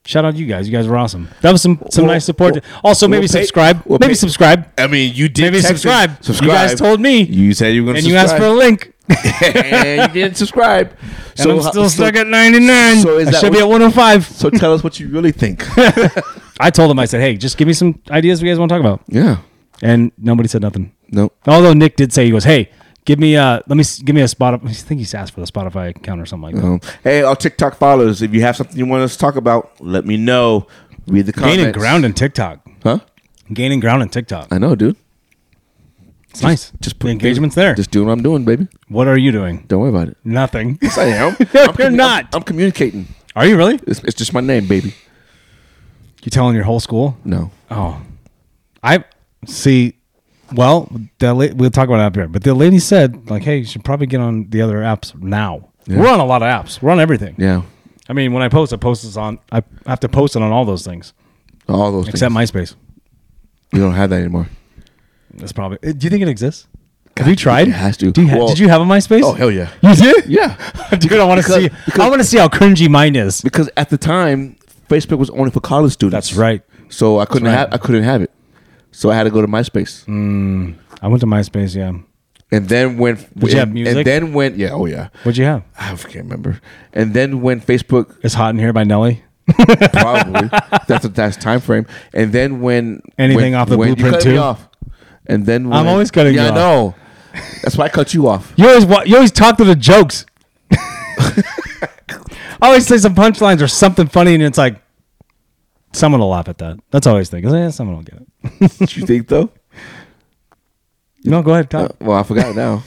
S2: Shout out you guys. You guys were awesome. That was some some
S1: Well,
S2: nice support.
S1: well,
S2: also, maybe
S1: we'll pay-
S2: subscribe.
S1: we'll
S2: maybe
S1: pay-
S2: subscribe.
S1: I mean, you did
S2: Maybe
S1: text him-
S2: subscribe.
S1: Subscribe.
S2: You guys told me,
S1: You said you were going
S2: and
S1: to
S2: you asked for a
S1: subscribe,
S2: link.
S1: [LAUGHS] and you didn't subscribe.
S2: And I'm
S1: so-
S2: still stuck at 99.
S1: so is
S2: I
S1: that
S2: should be
S1: what-
S2: at 105.
S1: So tell us what you really think.
S2: I told him, I said, hey, just give me some ideas you guys want to talk about.
S1: [LAUGHS] yeah.
S2: And nobody said nothing.
S1: Nope.
S2: Although Nick did say he goes, "Hey, give me uh let me s- give me a Spotify." I think he's asked for the Spotify account or something like that.
S1: Um, hey, all TikTok followers, if you have something you want us to talk about, let me know. Read the comments.
S2: Gaining ground in TikTok.
S1: Huh?
S2: Gaining ground in TikTok.
S1: I know, dude.
S2: It's nice.
S1: Just
S2: Uh, Just the engagement's there.
S1: Just doing what I'm doing, baby.
S2: what are you doing?
S1: Don't worry about it.
S2: [LAUGHS] Nothing.
S1: Yes, I am.
S2: No,
S1: I'm
S2: you're
S1: commu-
S2: not.
S1: I'm, I'm communicating.
S2: Are you really?
S1: It's, it's just my name, baby.
S2: You telling your whole school?
S1: No.
S2: Oh, I see. Well, that la- we'll talk about it up here. But the lady said, like, "Hey, you should probably get on the other apps now." We're on a lot of apps. We're on everything.
S1: Yeah.
S2: I mean, when I post, I post this on. I have to post it on all those things
S1: All those
S2: except
S1: things.
S2: MySpace.
S1: you don't have that anymore.
S2: That's probably. uh, Do you think it exists? Have you tried?
S1: it has to.
S2: Do you ha-
S1: Well-
S2: did you have a MySpace?
S1: Oh, hell yeah.
S2: You did?
S1: Yeah.
S2: [LAUGHS] Dude, I want to
S1: Because-
S2: see. I
S1: because-
S2: want to see how cringy mine is.
S1: Because at the time, Facebook was only for college students.
S2: That's right.
S1: So I couldn't
S2: That's right. Mm.
S1: have I couldn't have it. So I had to go to MySpace.
S2: I went to MySpace. Yeah.
S1: And then when
S2: you have music?
S1: and then when yeah, oh yeah.
S2: What'd you have?
S1: I can't remember. And then when Facebook
S2: It's hot in here by Nelly. [LAUGHS]
S1: probably that's the that's time frame. And then when
S2: Anything
S1: when-
S2: off the
S1: when- you
S2: Blueprint
S1: cut me
S2: too?
S1: off. And then when,
S2: I'm always cutting
S1: yeah,
S2: you
S1: I know. That's why I cut you
S2: [LAUGHS]
S1: off.
S2: You always wa- you always talk to the jokes. [LAUGHS] I always say some punchlines or something funny, and it's like someone will laugh at that. That's always the thing. Yeah, someone will get it.
S1: Did you think though? Uh,
S2: No, go ahead. Talk.
S1: Well, I forgot now.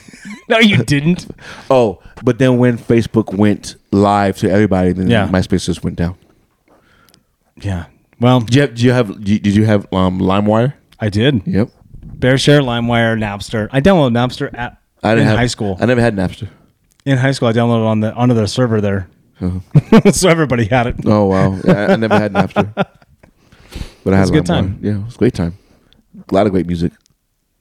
S2: no, you didn't.
S1: Oh, but then when Facebook went live to everybody, then
S2: Yeah.
S1: MySpace just went down.
S2: Yeah. Well,
S1: Did you have, do you have do you- did you have um, LimeWire?
S2: I did.
S1: Yep.
S2: BearShare, LimeWire, Napster. I downloaded Napster at
S1: I
S2: in
S1: didn't have
S2: high school.
S1: I never had Napster.
S2: in high school, I downloaded on the onto their server there,
S1: Uh-huh.
S2: [LAUGHS] so everybody had it.
S1: Oh [LAUGHS] wow, I, I never had Napster. But I had
S2: was a good
S1: LimeWire.
S2: time.
S1: Yeah, it was a great time. A lot of great music.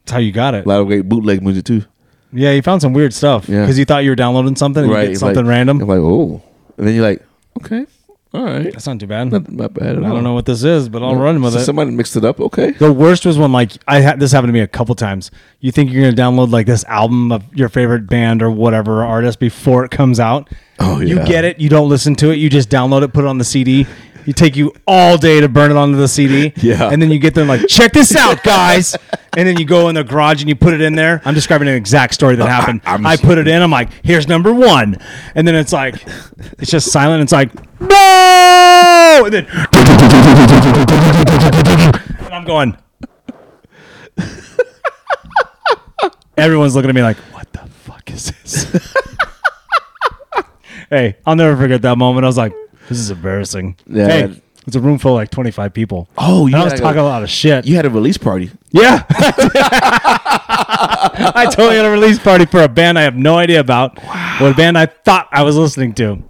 S2: That's how you got it.
S1: A lot of great bootleg music too.
S2: Yeah, you found some weird stuff
S1: Yeah.
S2: because you thought you were downloading something and you get
S1: it's
S2: something
S1: like-
S2: random.
S1: I'm like, oh, and then you're like, okay, all right,
S2: That's not too bad.
S1: not, not bad at all.
S2: I don't know what this is, but I'll run with
S1: So
S2: it.
S1: Somebody mixed it up. Okay,
S2: [LAUGHS] the worst was when like I had this happened to me a couple times. You think you're gonna download like this album of your favorite band or whatever artist before it comes out.
S1: Oh,
S2: You
S1: yeah.
S2: get it. You don't listen to it. You just download it, put it on the CD. You take you all day to burn it onto the CD.
S1: [LAUGHS] Yeah.
S2: And then you get there and like, check this out, guys. and then you go in the garage and you put it in there. I'm describing an exact story that happened.
S1: [LAUGHS]
S2: I,
S1: I'm-
S2: put it in. I'm like, here's number one. And then it's like, it's just silent. It's like, no. And then, and I'm going. Everyone's looking at me like, what the fuck is this? [LAUGHS] hey, I'll never forget that moment. I was like, this is embarrassing.
S1: Yeah.
S2: Hey, it's a room full of like 25 people.
S1: Oh,
S2: and
S1: you
S2: I was
S1: had, like,
S2: talking
S1: a-
S2: a lot of shit.
S1: you had a release party.
S2: yeah. [LAUGHS] I totally had a release party for a band I have no idea about. What a band I thought I was listening to.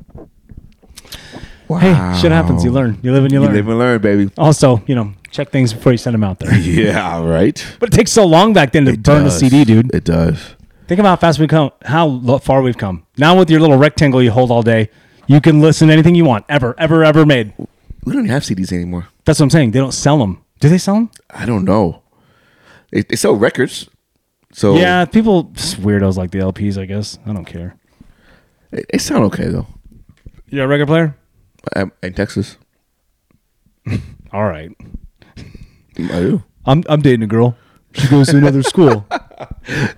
S2: Hey, shit happens. You learn. You live and you
S1: You
S2: learn.
S1: live and learn, baby.
S2: also, you know, check things before you send them out
S1: [LAUGHS]
S2: there.
S1: Yeah, right.
S2: But it takes so long back then to burn
S1: does.
S2: a CD, dude.
S1: It does.
S2: Think about how fast we've come, how lo- far we've come. Now with your little rectangle you hold all day, you can listen to anything you want ever, ever, ever made.
S1: We don't have CDs anymore.
S2: That's what I'm saying. They don't sell them. Do they sell them?
S1: I don't know. They, they sell records, so
S2: Yeah, people just weirdos like the LPs. I guess I don't care.
S1: it, it sound okay though.
S2: You a record player?
S1: i in Texas,
S2: All right.
S1: I do.
S2: I'm I'm dating a girl. She goes to another school.
S1: [LAUGHS]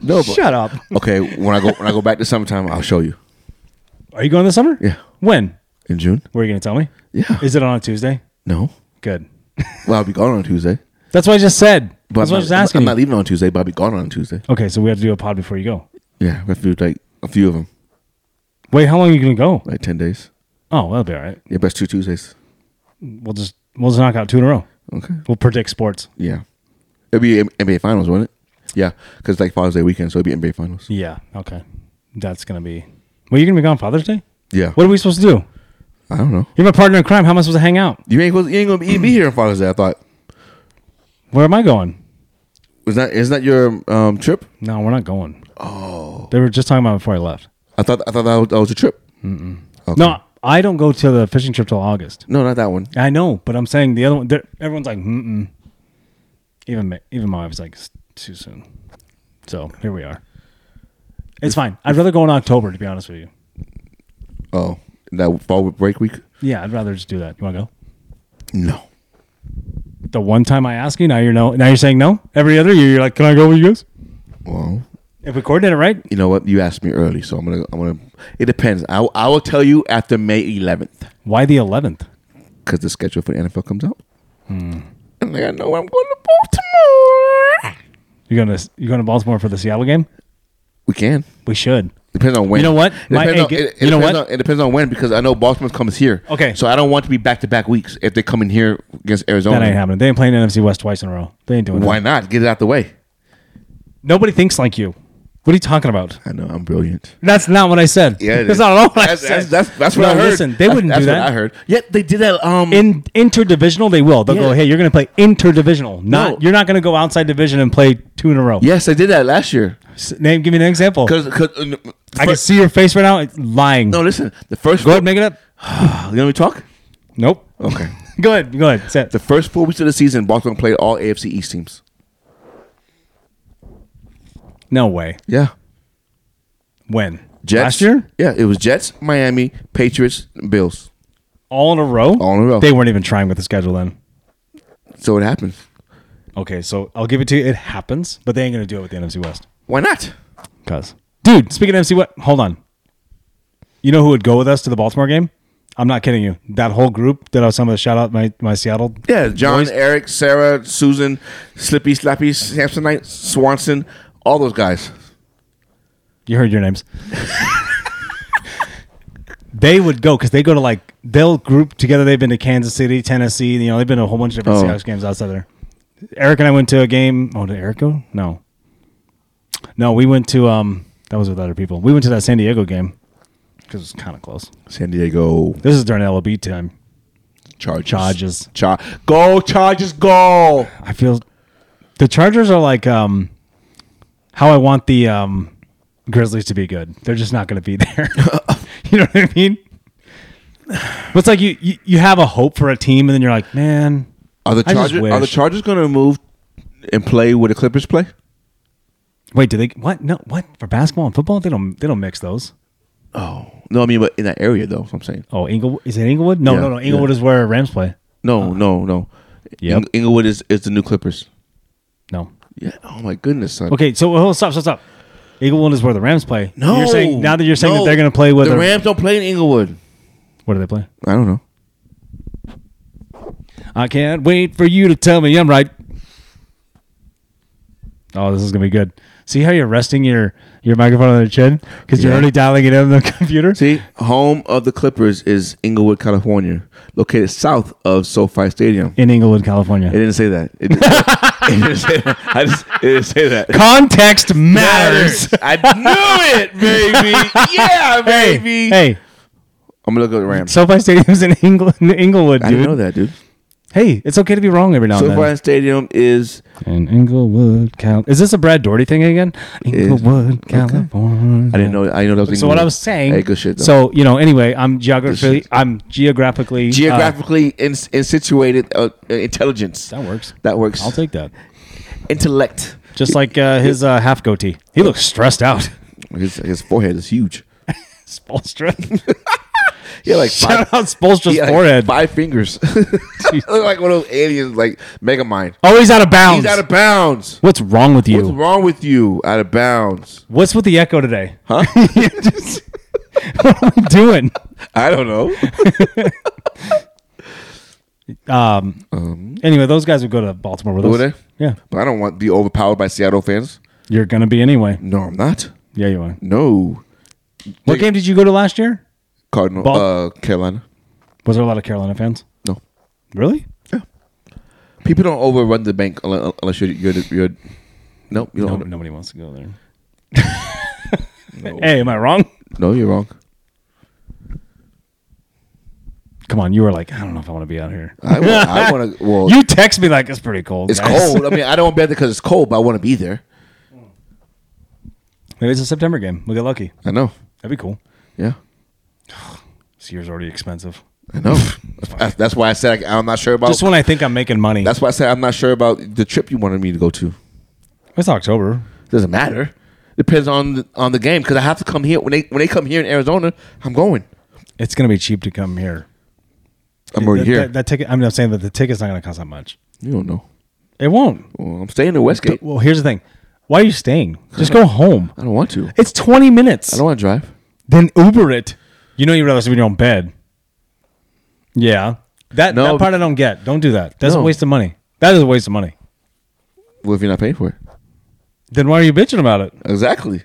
S1: No, but,
S2: Shut up.
S1: Okay, when I go when I go back to summertime, I'll show you
S2: Are you going this summer?
S1: Yeah.
S2: When?
S1: in June.
S2: Were you going to tell me?
S1: Yeah.
S2: Is it on a Tuesday?
S1: No,
S2: Good.
S1: well, I'll be gone on Tuesday.
S2: That's what I just said.
S1: But
S2: That's what I
S1: I'm,
S2: was
S1: not,
S2: asking.
S1: I'm
S2: you.
S1: not leaving on Tuesday, but I'll be gone on Tuesday.
S2: okay, so we have to do a pod before you go.
S1: Yeah, we have to do like a few of them,
S2: Wait, how long are you going to go?
S1: like ten days.
S2: Oh, that'll be all right.
S1: Yeah, but it's two Tuesdays.
S2: We'll just we'll just knock out two in a row.
S1: Okay.
S2: We'll predict sports.
S1: Yeah, it'd be M- NBA Finals, wouldn't it? Yeah, because like Father's Day weekend, so it'd be NBA Finals.
S2: Yeah. Okay. That's gonna be. Well, you're gonna be gone Father's Day.
S1: Yeah.
S2: What are we supposed to do?
S1: I don't know.
S2: You're my partner in crime. How am I supposed to hang out?
S1: You ain't supposed- you ain't gonna be, be here on Father's Day. I thought.
S2: Where am I going?
S1: Was that is that your um, trip?
S2: No, we're not going. Oh. They were just talking about it before I left.
S1: I thought I thought that was, that was your trip. Okay.
S2: No, I don't go to the fishing trip till August.
S1: no, not that one.
S2: I know, but I'm saying the other one. they're- Everyone's like, mm-mm. even ma- even my wife's like, it's too soon. So here we are. It's fine. I'd rather go in October, to be honest with you.
S1: Oh, that fall break week.
S2: Yeah, I'd rather just do that. You want to go?
S1: No,
S2: The one time I asked you, now you're no. Now you're saying no. Every other year, you're like, can I go with you guys?
S1: well,
S2: If we coordinate it right,
S1: you know what? You asked me early, so I'm gonna I'm gonna. It depends. I will- I will tell you after May 11th
S2: why the 11th?
S1: because the schedule for the NFL comes out,
S2: Hmm.
S1: and I gotta know when I'm going to Baltimore.
S2: You're gonna you're going to Baltimore for the Seattle game?
S1: We can.
S2: We should.
S1: Depends on when.
S2: You know what?
S1: It
S2: My-
S1: depends
S2: hey,
S1: on,
S2: get-
S1: it, it
S2: you know
S1: depends
S2: what?
S1: on- it depends on when because I know Baltimore comes here.
S2: Okay.
S1: So I don't want to be back to back weeks if they come in here against Arizona.
S2: That ain't happening. They ain't playing NFC West twice in a row. They ain't doing
S1: Why
S2: that.
S1: not? Get it out the way.
S2: Nobody thinks like you. What are you talking about?
S1: I know I'm brilliant.
S2: That's not what I said.
S1: Yeah, it
S2: that's
S1: is.
S2: not at all what
S1: that's,
S2: I said.
S1: That's, that's, that's what
S2: No,
S1: I heard.
S2: Listen, they
S1: That's-
S2: wouldn't
S1: that's
S2: do that.
S1: What I heard. Yet they did that. Um,
S2: In interdivisional, they will. They'll go,
S1: Yeah.
S2: hey, you're going to play interdivisional. Not
S1: No.
S2: you're not going to go outside division and play two in a row.
S1: yes, they did that last year.
S2: S- Name, give me an example.
S1: Because, uh,
S2: I can
S1: first-
S2: see your face right now. It's lying.
S1: no, listen. The first
S2: Go ahead, make it up.
S1: You want me to talk?
S2: Nope.
S1: Okay.
S2: Go ahead. Go ahead. Set.
S1: the first four weeks of the season, Baltimore played all AFC East teams.
S2: No way.
S1: Yeah.
S2: When?
S1: Jets.
S2: Last year?
S1: Yeah, it was Jets, Miami, Patriots, and Bills.
S2: All in a row?
S1: All in a row.
S2: They weren't even trying with the schedule then.
S1: So it happened.
S2: Okay, so I'll give it to you. It happens, but they ain't going to do it with the NFC West.
S1: Why not?
S2: Cause, dude, speaking of NFC West, hold on. You know who would go with us to the Baltimore game? I'm not kidding you. That whole group that I was some of the shout out my my Seattle.
S1: Yeah, John,
S2: boys.
S1: Eric, Sarah, Susan, Slippy, Slappy, Samsonite, Swanson, all those guys.
S2: You heard your names. [LAUGHS] they would go because they go to like they'll group together. They've been to Kansas City, Tennessee. You know, they've been to a whole bunch of different
S1: Oh.
S2: Seahawks games outside there. Eric and I went to a game. Oh, did Eric go? No, no, we went to um. That was with other people. We went to that San Diego game because it's kind of close.
S1: San Diego
S2: This is during LOB time.
S1: Chargers.
S2: Chargers.
S1: Char- go Chargers, go!
S2: I feel the Chargers are like um how I want the um Grizzlies to be good. They're just not going to be [LAUGHS] there. you know what I mean? But it's like you, you you have a hope for a team, and then you're like, man,
S1: Are the
S2: I just
S1: Chargers Are the
S2: wish.
S1: Chargers going to move and play where the Clippers play?
S2: wait, do they what? No, what for basketball and football? They don't they don't mix those.
S1: No, I mean, but in that area though. That's what I'm saying.
S2: Oh, Inglewood is it Inglewood? No,
S1: Yeah,
S2: no, no. Inglewood
S1: yeah.
S2: is where Rams play.
S1: No, no, no.
S2: Uh-huh. Yep.
S1: Ing- Inglewood is, is the new Clippers.
S2: No.
S1: Yeah. Oh my goodness, son.
S2: Okay, so hold on, stop, stop, stop. Inglewood is where the Rams play.
S1: No.
S2: you're saying now that you're saying
S1: No.
S2: that they're going to play with
S1: the
S2: a-
S1: Rams don't play in Inglewood.
S2: What do they play?
S1: I don't know.
S2: I can't wait for you to tell me I'm right. Oh, this is gonna be good. See how you're resting your your microphone on your chin because you're
S1: Yeah.
S2: already dialing it in on the [LAUGHS] computer.
S1: See, home of the Clippers is Inglewood, California, located south of SoFi Stadium.
S2: in Inglewood, California.
S1: It didn't say that. It didn't, it didn't say that. [LAUGHS] I just, it didn't say that. [LAUGHS]
S2: Context matters. [LAUGHS]
S1: I knew it, baby. Yeah,
S2: hey,
S1: baby.
S2: hey,
S1: I'm gonna look at the Rams.
S2: SoFi Stadium's in England, Inglewood,
S1: I didn't know
S2: dude. Oh,
S1: that, dude.
S2: Hey, it's okay to be wrong every now and
S1: So
S2: then.
S1: far, Stadium is
S2: In Inglewood, Cal. Is this a Brad Doherty thing again? Inglewood, California.
S1: I didn't know. I didn't know that was.
S2: So what
S1: England.
S2: I was saying.
S1: Hey, good shit. Though.
S2: so uh, you know, anyway, I'm geographically. I'm geographically. uh,
S1: geographically in, in situated uh, intelligence
S2: that works.
S1: that works.
S2: I'll take that.
S1: Intellect.
S2: Just like uh, his uh, half goatee, he looks stressed out. [LAUGHS]
S1: His, his forehead is huge.
S2: Spolstra.
S1: Yeah, [LAUGHS] like
S2: Shout
S1: five,
S2: out Spolstra's
S1: he had like
S2: forehead.
S1: five fingers. [LAUGHS] Look like one of those aliens, like Megamind.
S2: Oh, he's out of bounds.
S1: He's out of bounds.
S2: What's wrong with you?
S1: What's wrong with you? Out of bounds?
S2: What's with the echo today? Huh? [LAUGHS] what are we doing?
S1: I don't know.
S2: Um, anyway, those guys would go to Baltimore with us.
S1: Would they?
S2: Yeah.
S1: but I don't want to be overpowered by Seattle fans.
S2: You're going to be anyway.
S1: No, I'm not.
S2: Yeah, you are.
S1: No,
S2: What game did you go to last year?
S1: Cardinal
S2: Bal-
S1: uh, Carolina.
S2: Was there a lot of Carolina fans?
S1: No,
S2: Really?
S1: people don't overrun the bank unle- unless you're you're, you're no, you
S2: No,
S1: don't.
S2: nobody wants to go [LAUGHS] there. Hey, am I wrong?
S1: no, you're wrong.
S2: Come on, you were like, I don't know if I want to be out here. [LAUGHS]
S1: I wa- I want to. Well,
S2: you text me like it's pretty cold.
S1: it's
S2: guys."
S1: cold. I mean, I don't want to be there because it's cold, but I want to be there.
S2: [LAUGHS] Maybe it's a September game. We'll get lucky.
S1: I know.
S2: That'd be cool.
S1: Yeah,
S2: This year's already expensive.
S1: I
S2: [LAUGHS]
S1: know. that's, that's why I said I, I'm not sure about.
S2: Just when I think I'm making money.
S1: that's why I said I'm not sure about the trip you wanted me to go to.
S2: it's October.
S1: Doesn't matter. Depends on the, on the game because I have to come here when they when they come here in Arizona. I'm going.
S2: It's going to be cheap to come here.
S1: I'm already
S2: that,
S1: here.
S2: That, that ticket. I'm not saying that the ticket's not going to cost that much.
S1: you don't know.
S2: It won't.
S1: Well, I'm staying in Westgate.
S2: Well, here's the thing. Why are you staying? Just go home.
S1: I don't want to. I
S2: It's 20 minutes.
S1: don't want to drive.
S2: Then Uber it. You know you'd rather sleep in your own bed. Yeah. That,
S1: No,
S2: that part I don't get. Don't do that. That's a
S1: No.
S2: waste of money. That is a waste of money.
S1: Well, if you're not paying for it,
S2: Then why are you bitching about it?
S1: exactly.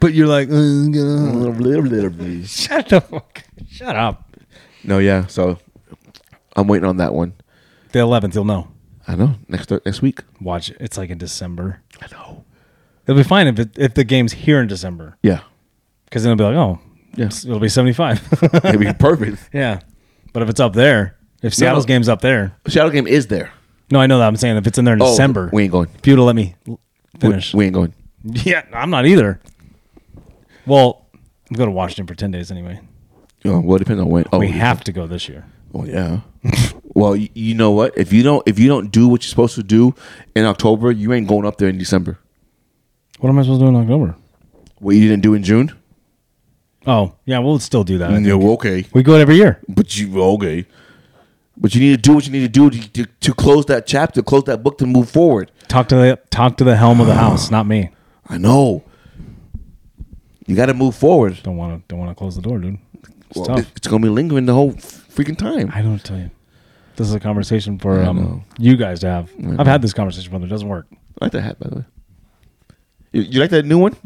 S2: But you're like, "Uh, [LAUGHS] shut the fuck. Shut up.
S1: No, yeah. So I'm waiting on that one.
S2: The 11th, you'll know.
S1: I know next next week.
S2: Watch it. It's like in December.
S1: I know.
S2: It'll be fine if, it, if the game's here in December.
S1: Yeah,
S2: Because then it'll be like, oh,
S1: Yeah.
S2: it'll be 75. [LAUGHS]
S1: it'd be perfect.
S2: yeah. But if it's up there, if Seattle's game's up there.
S1: Shadow game is there.
S2: No, I know that. I'm saying if it's in there in
S1: Oh,
S2: December.
S1: we ain't going.
S2: If you to let me l-
S1: We-
S2: finish.
S1: We ain't going.
S2: [LAUGHS] yeah, I'm not either. Well, I'm going to Washington for 10 days anyway.
S1: Oh, well, it depends on when. Oh,
S2: We
S1: yeah.
S2: have to go this year.
S1: Well, yeah. [LAUGHS] well, you, you know what? If you don't, if you don't do what you're supposed to do in October, you ain't going up there in December.
S2: What am I supposed to do in October?
S1: What you didn't do in June?
S2: Oh, yeah, we'll still do that. I think.
S1: Yeah, well, okay.
S2: We go it every year.
S1: But you well, okay. But you need to do what you need to do to, to, to close that chapter, close that book, to move forward.
S2: Talk to the talk to the helm of the house, not me.
S1: I know. You got to move forward.
S2: Don't want to don't want to close the door, dude. It's
S1: Well,
S2: tough.
S1: it- it's gonna be lingering the whole freaking time.
S2: I don't tell you. This is a conversation for um,
S1: know.
S2: you guys to have. I've had this conversation, brother. It doesn't work.
S1: I like that hat, by the way. You, you like that new one?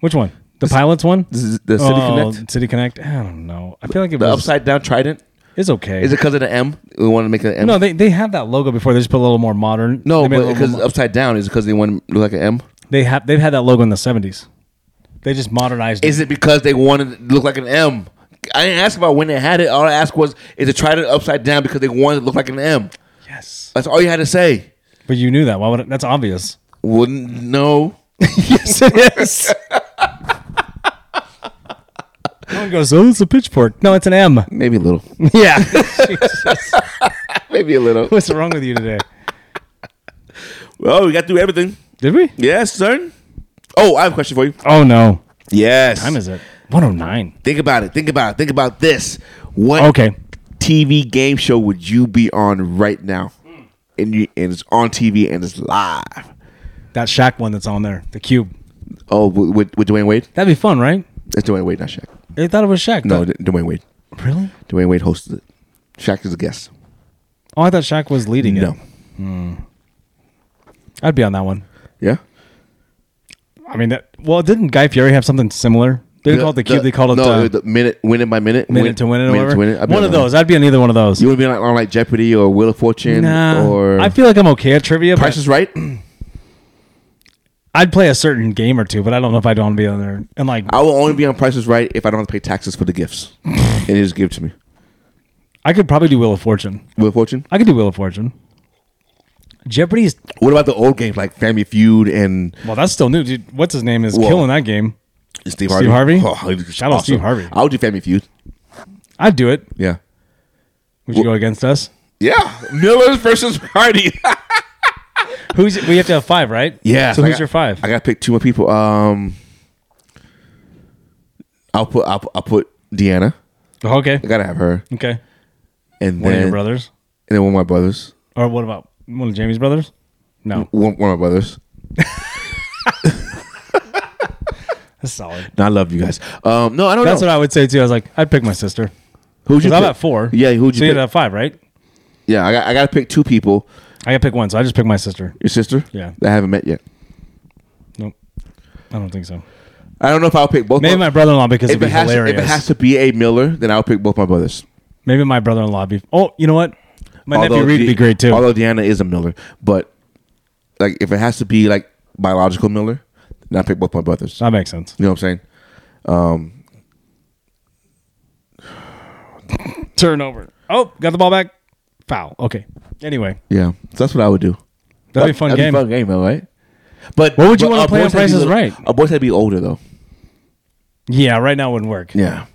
S2: Which one? The pilots one?
S1: This is the City
S2: Oh,
S1: Connect,
S2: City Connect. I don't know. I feel like it
S1: the
S2: was
S1: upside down trident.
S2: It's okay.
S1: Is it because of the M? We want to make it an M.
S2: no, they they had that logo before. They just put a little more modern.
S1: no,
S2: they made a
S1: but
S2: little
S1: because it's
S2: more mo-
S1: upside down is because they want to look like an M.
S2: they have they've had that logo in the seventies. They just modernized it.
S1: Is it because they wanted it to look like an M? I didn't ask about when they had it. All I asked was, is the trident upside down because they wanted it to look like an M?
S2: Yes,
S1: That's all you had to say.
S2: but you knew that. Why would it, that's obvious?
S1: Wouldn't no.
S2: yes, it is. no one goes. Oh, it's a pitchfork. No, it's an M.
S1: Maybe a little.
S2: Yeah. [LAUGHS] Jesus.
S1: [LAUGHS] Maybe a little.
S2: What's wrong with you today?
S1: Well, we got through everything.
S2: Did we?
S1: Yes, sir. Oh, I have a question for you.
S2: Oh no.
S1: Yes.
S2: Time is it? One oh nine.
S1: Think about it. Think about it. Think about this. What
S2: Okay.
S1: TV game show would you be on right now? And, you, and it's on TV and it's live.
S2: That Shaq one that's on there, the cube.
S1: Oh, wi- with, with Dwayne Wade?
S2: That'd be fun, right?
S1: That's Dwayne Wade, not Shaq.
S2: They thought it was Shaq.
S1: No,
S2: but-
S1: D- Dwayne Wade.
S2: really?
S1: Dwayne Wade hosted it. Shaq is a guest.
S2: Oh, I thought Shaq was leading it.
S1: No.
S2: I'd be on that one.
S1: Yeah?
S2: I mean, that, well, didn't Guy Fieri have something similar? They didn't call it the cube. they called it
S1: no,
S2: the,
S1: the minute, minute by minute.
S2: minute to win it or
S1: minute
S2: whatever.
S1: to win it. I'd be
S2: One
S1: on
S2: of
S1: that.
S2: those. I'd be on either one of those.
S1: You would be on, on like Jeopardy or Wheel of Fortune
S2: nah,
S1: or
S2: I feel like I'm okay at trivia.
S1: Price
S2: But
S1: is Right?
S2: I'd play a certain game or two, but I don't know if I'd want to be on there. And like,
S1: I will only be on prices right if I don't have to pay taxes for the
S2: [LAUGHS]
S1: gifts. it is give to me.
S2: I could probably do Wheel of Fortune.
S1: Wheel of Fortune.
S2: I could do Wheel of Fortune. Jeopardy is
S1: What about the old games like Family Feud and
S2: well, that's still new, dude. What's his name is
S1: Whoa.
S2: killing that game.
S1: Steve Harvey?
S2: Steve Harvey?
S1: Oh, it was
S2: Shout out Steve Harvey.
S1: I would do Family Feud.
S2: I'd do it.
S1: Yeah.
S2: Would you go against us?
S1: Yeah. Miller's versus Hardy.
S2: Who's we have to have five, right?
S1: [LAUGHS] yeah.
S2: So
S1: I
S2: who's
S1: got-
S2: your five?
S1: I got to pick two more people. Um, I'll put I'll, I'll put Deanna.
S2: Oh, okay.
S1: I gotta have her,
S2: Okay.
S1: and
S2: One
S1: then
S2: of your brothers,
S1: and then one of my brothers.
S2: or what about one of Jamie's brothers? No,
S1: One, one of my brothers.
S2: that's solid.
S1: No, I love you guys. Um, no, I don't
S2: That's
S1: know.
S2: what I would say too. I was like, I'd pick my sister.
S1: who'd
S2: Because I'm
S1: pick?
S2: at four.
S1: Yeah, who'd you
S2: So you
S1: pick?
S2: had at five, right?
S1: Yeah, I got, I got to pick two people.
S2: I got to pick one, so I just picked my sister.
S1: Your sister?
S2: Yeah.
S1: That I haven't met yet.
S2: Nope, I don't think so.
S1: I don't know if I'll pick both.
S2: Maybe my brother-in-law because
S1: if
S2: it'd be
S1: it, has to, if
S2: hilarious.
S1: it has to be a Miller, then I'll pick both my brothers.
S2: Maybe my brother-in-law be. Oh, you know what? My nephew Reed would
S1: De-
S2: be great too.
S1: Although Deanna is a Miller, but like if it has to be like biological Miller, then I pick both my brothers.
S2: that makes sense.
S1: You know what I'm saying?
S2: Turnover. Oh, got the ball back. Foul. Okay. Anyway,
S1: Yeah. So that's what I would do.
S2: that'd be a fun
S1: That'd
S2: game.
S1: Be a fun game, though, right? But
S2: What would you
S1: but
S2: wanna
S1: our
S2: play on
S1: boys had to
S2: Price
S1: be
S2: is
S1: little-
S2: Right?
S1: Our boys had to be older though.
S2: Yeah, right now it wouldn't work.
S1: Yeah.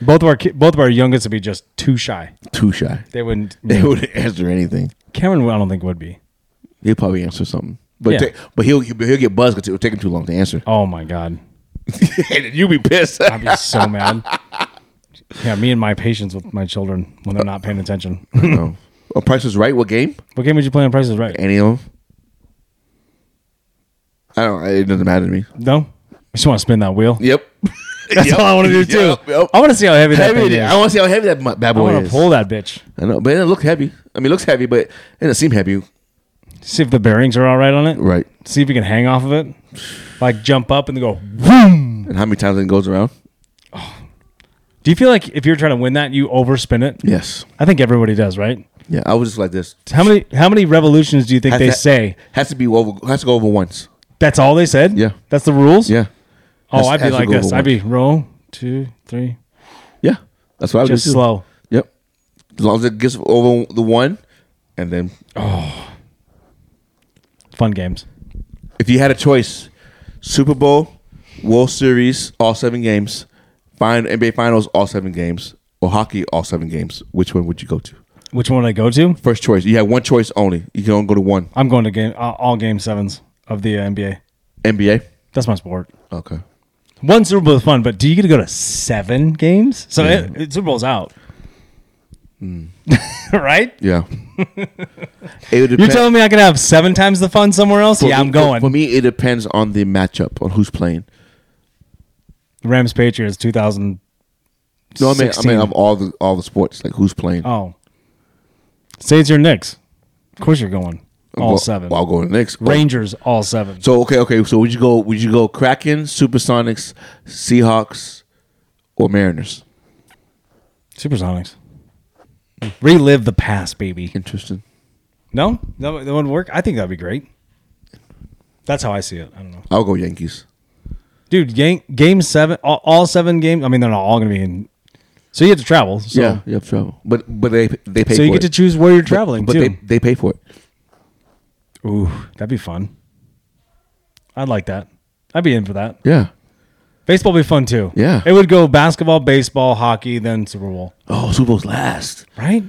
S2: Both of our ki- both of our youngest would be just too shy.
S1: Too shy. [LAUGHS]
S2: They wouldn't.
S1: They wouldn't answer anything.
S2: Cameron, I don't think would be.
S1: He'll probably answer something. But
S2: Yeah.
S1: take- but he'll he'll he'll get buzzed because it'll take him too long to answer.
S2: Oh my god,
S1: [LAUGHS]
S2: [LAUGHS]
S1: and you'll be pissed.
S2: I'd be
S1: [LAUGHS]
S2: so mad. Yeah, me and my patience with my children when they're not paying attention. [LAUGHS]
S1: [LAUGHS] no. Oh, Price is Right. What game?
S2: what game would you play on Price is Right?
S1: Any of them? I don't. It doesn't matter to me.
S2: No, I just want to spin that wheel.
S1: Yep.
S2: [LAUGHS] That's all I want
S1: [LAUGHS]
S2: to do too.
S1: Yep, yep.
S2: I want to see how heavy,
S1: Heavy
S2: that
S1: it
S2: thing
S1: is.
S2: is.
S1: I want to see how heavy that mu- bad
S2: I
S1: boy
S2: want to
S1: is.
S2: pull that bitch.
S1: I know, but it doesn't look heavy. I mean, it looks heavy, but it doesn't seem heavy.
S2: See if the bearings are all right on it.
S1: Right.
S2: See if you can hang off of it. Like jump up and go.
S1: And how many times it goes around?
S2: Do you feel like if you're trying to win that, you overspin it?
S1: Yes.
S2: I think everybody does, right?
S1: Yeah. I was just like this.
S2: How many how many revolutions do you think
S1: Has
S2: they
S1: to-
S2: say?
S1: has to be over. Has to go over once.
S2: That's all they said.
S1: Yeah.
S2: that's the rules.
S1: Yeah.
S2: Oh,
S1: Has-
S2: I'd be
S1: has to
S2: like
S1: go
S2: this.
S1: over
S2: I'd be roll two, three,
S1: Yeah. That's what I would
S2: just
S1: do. too.
S2: slow.
S1: Yep. As long as it gets over the one, and then
S2: Fun games.
S1: if you had a choice, Super Bowl, World Series, all seven games, fine NBA Finals, all seven games, or hockey, all seven games, which one would you go to?
S2: Which one would I go to?
S1: First choice. You have one choice only. You can only go to one.
S2: I'm going to game uh, all game sevens of the uh, NBA.
S1: NBA.
S2: That's my sport.
S1: Okay.
S2: One Super Bowl is fun, but do you get to go to seven games? So it, it- Super Bowl's out,
S1: Hmm.
S2: [LAUGHS] right?
S1: Yeah. it would
S2: You're
S1: depend-
S2: telling me I could have seven times the fun somewhere else?
S1: for
S2: yeah,
S1: me-
S2: I'm
S1: for-
S2: going.
S1: For me, it depends on the matchup, on who's playing.
S2: Rams Patriots 2000.
S1: No, I mean, I
S2: 16.
S1: mean, of all the all the sports, like who's playing.
S2: Oh, say it's your Knicks. Of course you're going. All
S1: Well,
S2: seven.
S1: Well, I'll go to the next.
S2: Rangers all seven.
S1: So okay, okay. So would you go? Would you go Kraken, Supersonics, Seahawks, or Mariners?
S2: Supersonics. Relive the past, baby.
S1: Interesting.
S2: No, that, would- that wouldn't work. I think that'd be great. That's how I see it. I don't know,
S1: I'll go Yankees.
S2: dude. Game, game seven, all, all seven games. I mean, they're not all going to be in. So you have to travel. So,
S1: yeah, you have travel, but but they they pay.
S2: so
S1: for
S2: you get
S1: it.
S2: to choose where you're traveling
S1: but
S2: too.
S1: they they pay for it.
S2: Ooh, that'd be fun. I'd like that. I'd be in for that.
S1: Yeah.
S2: Baseball would be fun too.
S1: Yeah.
S2: it would go basketball, baseball, hockey, then Super Bowl.
S1: Oh, Super Bowl's last.
S2: Right?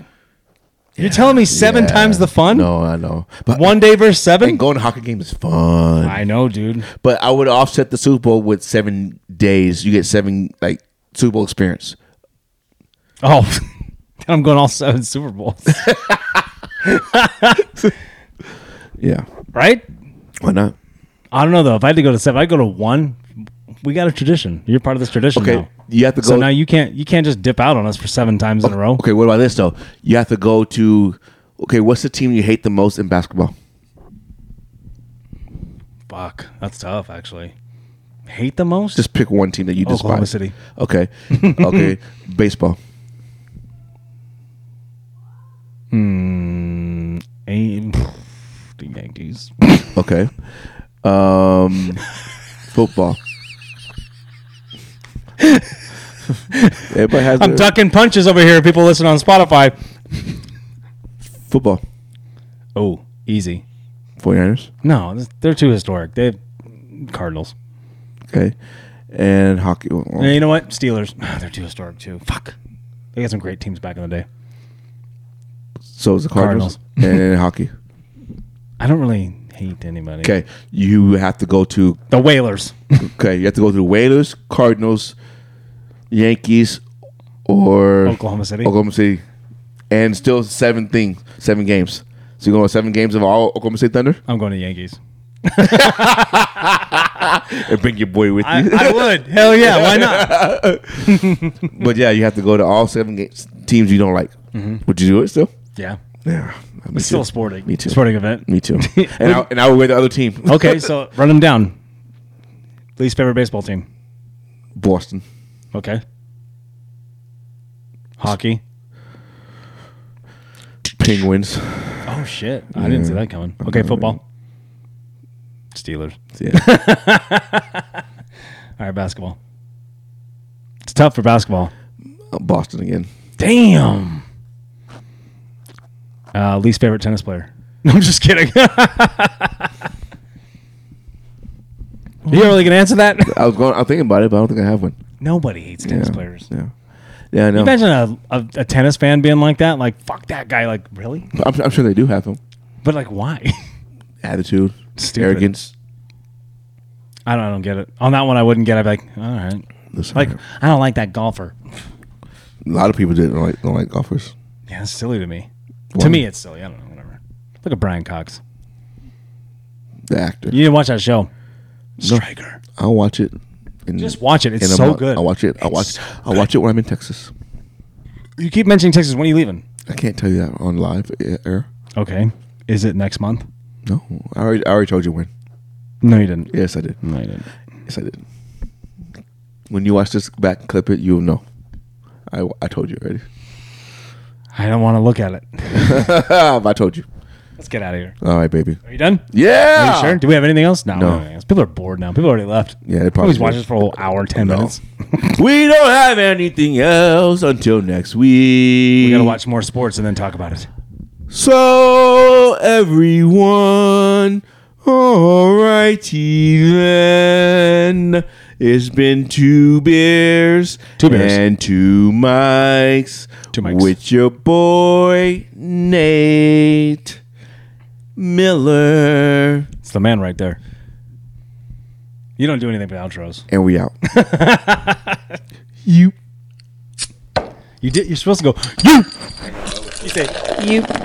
S2: You're telling me seven
S1: Yeah.
S2: times the fun?
S1: No, I know. But
S2: One day
S1: and
S2: versus seven?
S1: going to hockey game is fun.
S2: I know, dude.
S1: But I would offset the Super Bowl with seven days. You get seven like Super Bowl experience.
S2: Oh, [LAUGHS] I'm going all seven Super Bowls, [LAUGHS]
S1: Yeah.
S2: right?
S1: Why not?
S2: I don't know though. If I had to go to seven, I'd go to one. We got a tradition. You're part of this tradition
S1: Okay.
S2: now.
S1: You have to go.
S2: So now you can't you can't just dip out on us for seven times in a row.
S1: Okay, what about this though? You have to go to okay, what's the team you hate the most in basketball?
S2: Fuck, that's tough. Actually, hate the most.
S1: Just pick one team that you despise.
S2: Oklahoma City. [LAUGHS]
S1: Okay. Okay. Baseball. Mm, [SIGHS]
S2: aim the Yankees.
S1: Okay.
S2: [LAUGHS]
S1: Um, football. Everybody has
S2: I'm
S1: their-
S2: ducking punches over here. People listen on Spotify.
S1: football.
S2: Oh, easy.
S1: 49ers.
S2: No, th- they're too historic. They Cardinals.
S1: Okay. And hockey. Well,
S2: And you know what? Steelers. [SIGHS] Ah, they're too historic too. Fuck. They got some great teams back in the day.
S1: So is the Cardinals. and
S2: [LAUGHS]
S1: hockey.
S2: I don't really hate anybody.
S1: Okay. You have to go to
S2: The Whalers.
S1: Okay, you have to go to the Whalers, Cardinals, Yankees, or
S2: Oklahoma City.
S1: Oklahoma City, and still seven things, seven games. So you're going with seven games of all Oklahoma City Thunder,
S2: I'm going to Yankees.
S1: and bring your boy with
S2: I,
S1: you.
S2: I would. Hell yeah. Why not?
S1: [LAUGHS] but yeah, you have to go to all seven games, teams you don't like. Would you do it still?
S2: Yeah.
S1: Yeah, me
S2: Mm-hmm. It's still
S1: too.
S2: sporting.
S1: Me too.
S2: Sporting event.
S1: Me
S2: [LAUGHS]
S1: too. and, I, and I would wear the other team.
S2: Okay, so run them down. Least favorite baseball team.
S1: [LAUGHS] Boston,
S2: Okay. Hockey.
S1: Penguins.
S2: Oh shit! I didn't see that coming. Okay, football. Steelers.
S1: Yeah.
S2: [LAUGHS] All right, basketball. It's tough for basketball.
S1: Boston again.
S2: Damn. Uh, least favorite tennis player. [LAUGHS] No, I'm just kidding. you really gonna answer that? [LAUGHS]
S1: I was going. I'm thinking about it, but I don't think I have one.
S2: Nobody hates tennis
S1: Yeah.
S2: players.
S1: Yeah. Yeah, I know.
S2: Imagine a, a, a tennis fan being like that. Like, fuck that guy. Like, really?
S1: I'm, I'm sure they do have them.
S2: But like, why? [LAUGHS]
S1: Attitude,
S2: Stupid.
S1: arrogance.
S2: I don't, I don't get it. On that one, I wouldn't get it. I'd be like, all right.
S1: Listen,
S2: Like, I don't like that golfer.
S1: A lot of people didn't like don't like golfers.
S2: Yeah, it's silly to me.
S1: Why?
S2: To me, it's silly. I don't know. Whatever. Look at Brian Cox.
S1: The actor.
S2: You didn't watch that show. Striker.
S1: I'll watch it. In,
S2: Just watch it. It's
S1: in a
S2: so
S1: month.
S2: good.
S1: I'll watch it. I'll
S2: It's
S1: watch.
S2: so
S1: I'll watch it when I'm in Texas.
S2: You keep mentioning Texas. When are you leaving?
S1: I can't tell you that on live eh, air.
S2: Okay. Is it next month?
S1: No, I already, I already told you when.
S2: No, you didn't.
S1: Yes, I did.
S2: No, you didn't.
S1: Yes, I did. When you watch this back and clip it, you'll know. I, I told you already. [LAUGHS]
S2: I don't want to look at it. [LAUGHS]
S1: I told you.
S2: Let's get out of here.
S1: All right, baby.
S2: Are you done?
S1: Yeah.
S2: Are you sure? Do we have anything else? No. we
S1: Ah. No.
S2: don't have anything else. People are bored now. People already left.
S1: Yeah, they probably
S2: Always
S1: did.
S2: watch this for a whole hour, ten
S1: No.
S2: minutes.
S1: We don't have anything else until next week.
S2: We gotta watch more sports and then talk about it.
S1: So everyone, alrighty then. It's been two beers,
S2: Two beers.
S1: and two mics,
S2: Two mics.
S1: with your boy Nate Miller,
S2: It's the man right there. You don't do anything but outros.
S1: and we [LAUGHS] out. you.
S2: You did. You're supposed to go. You. You say you.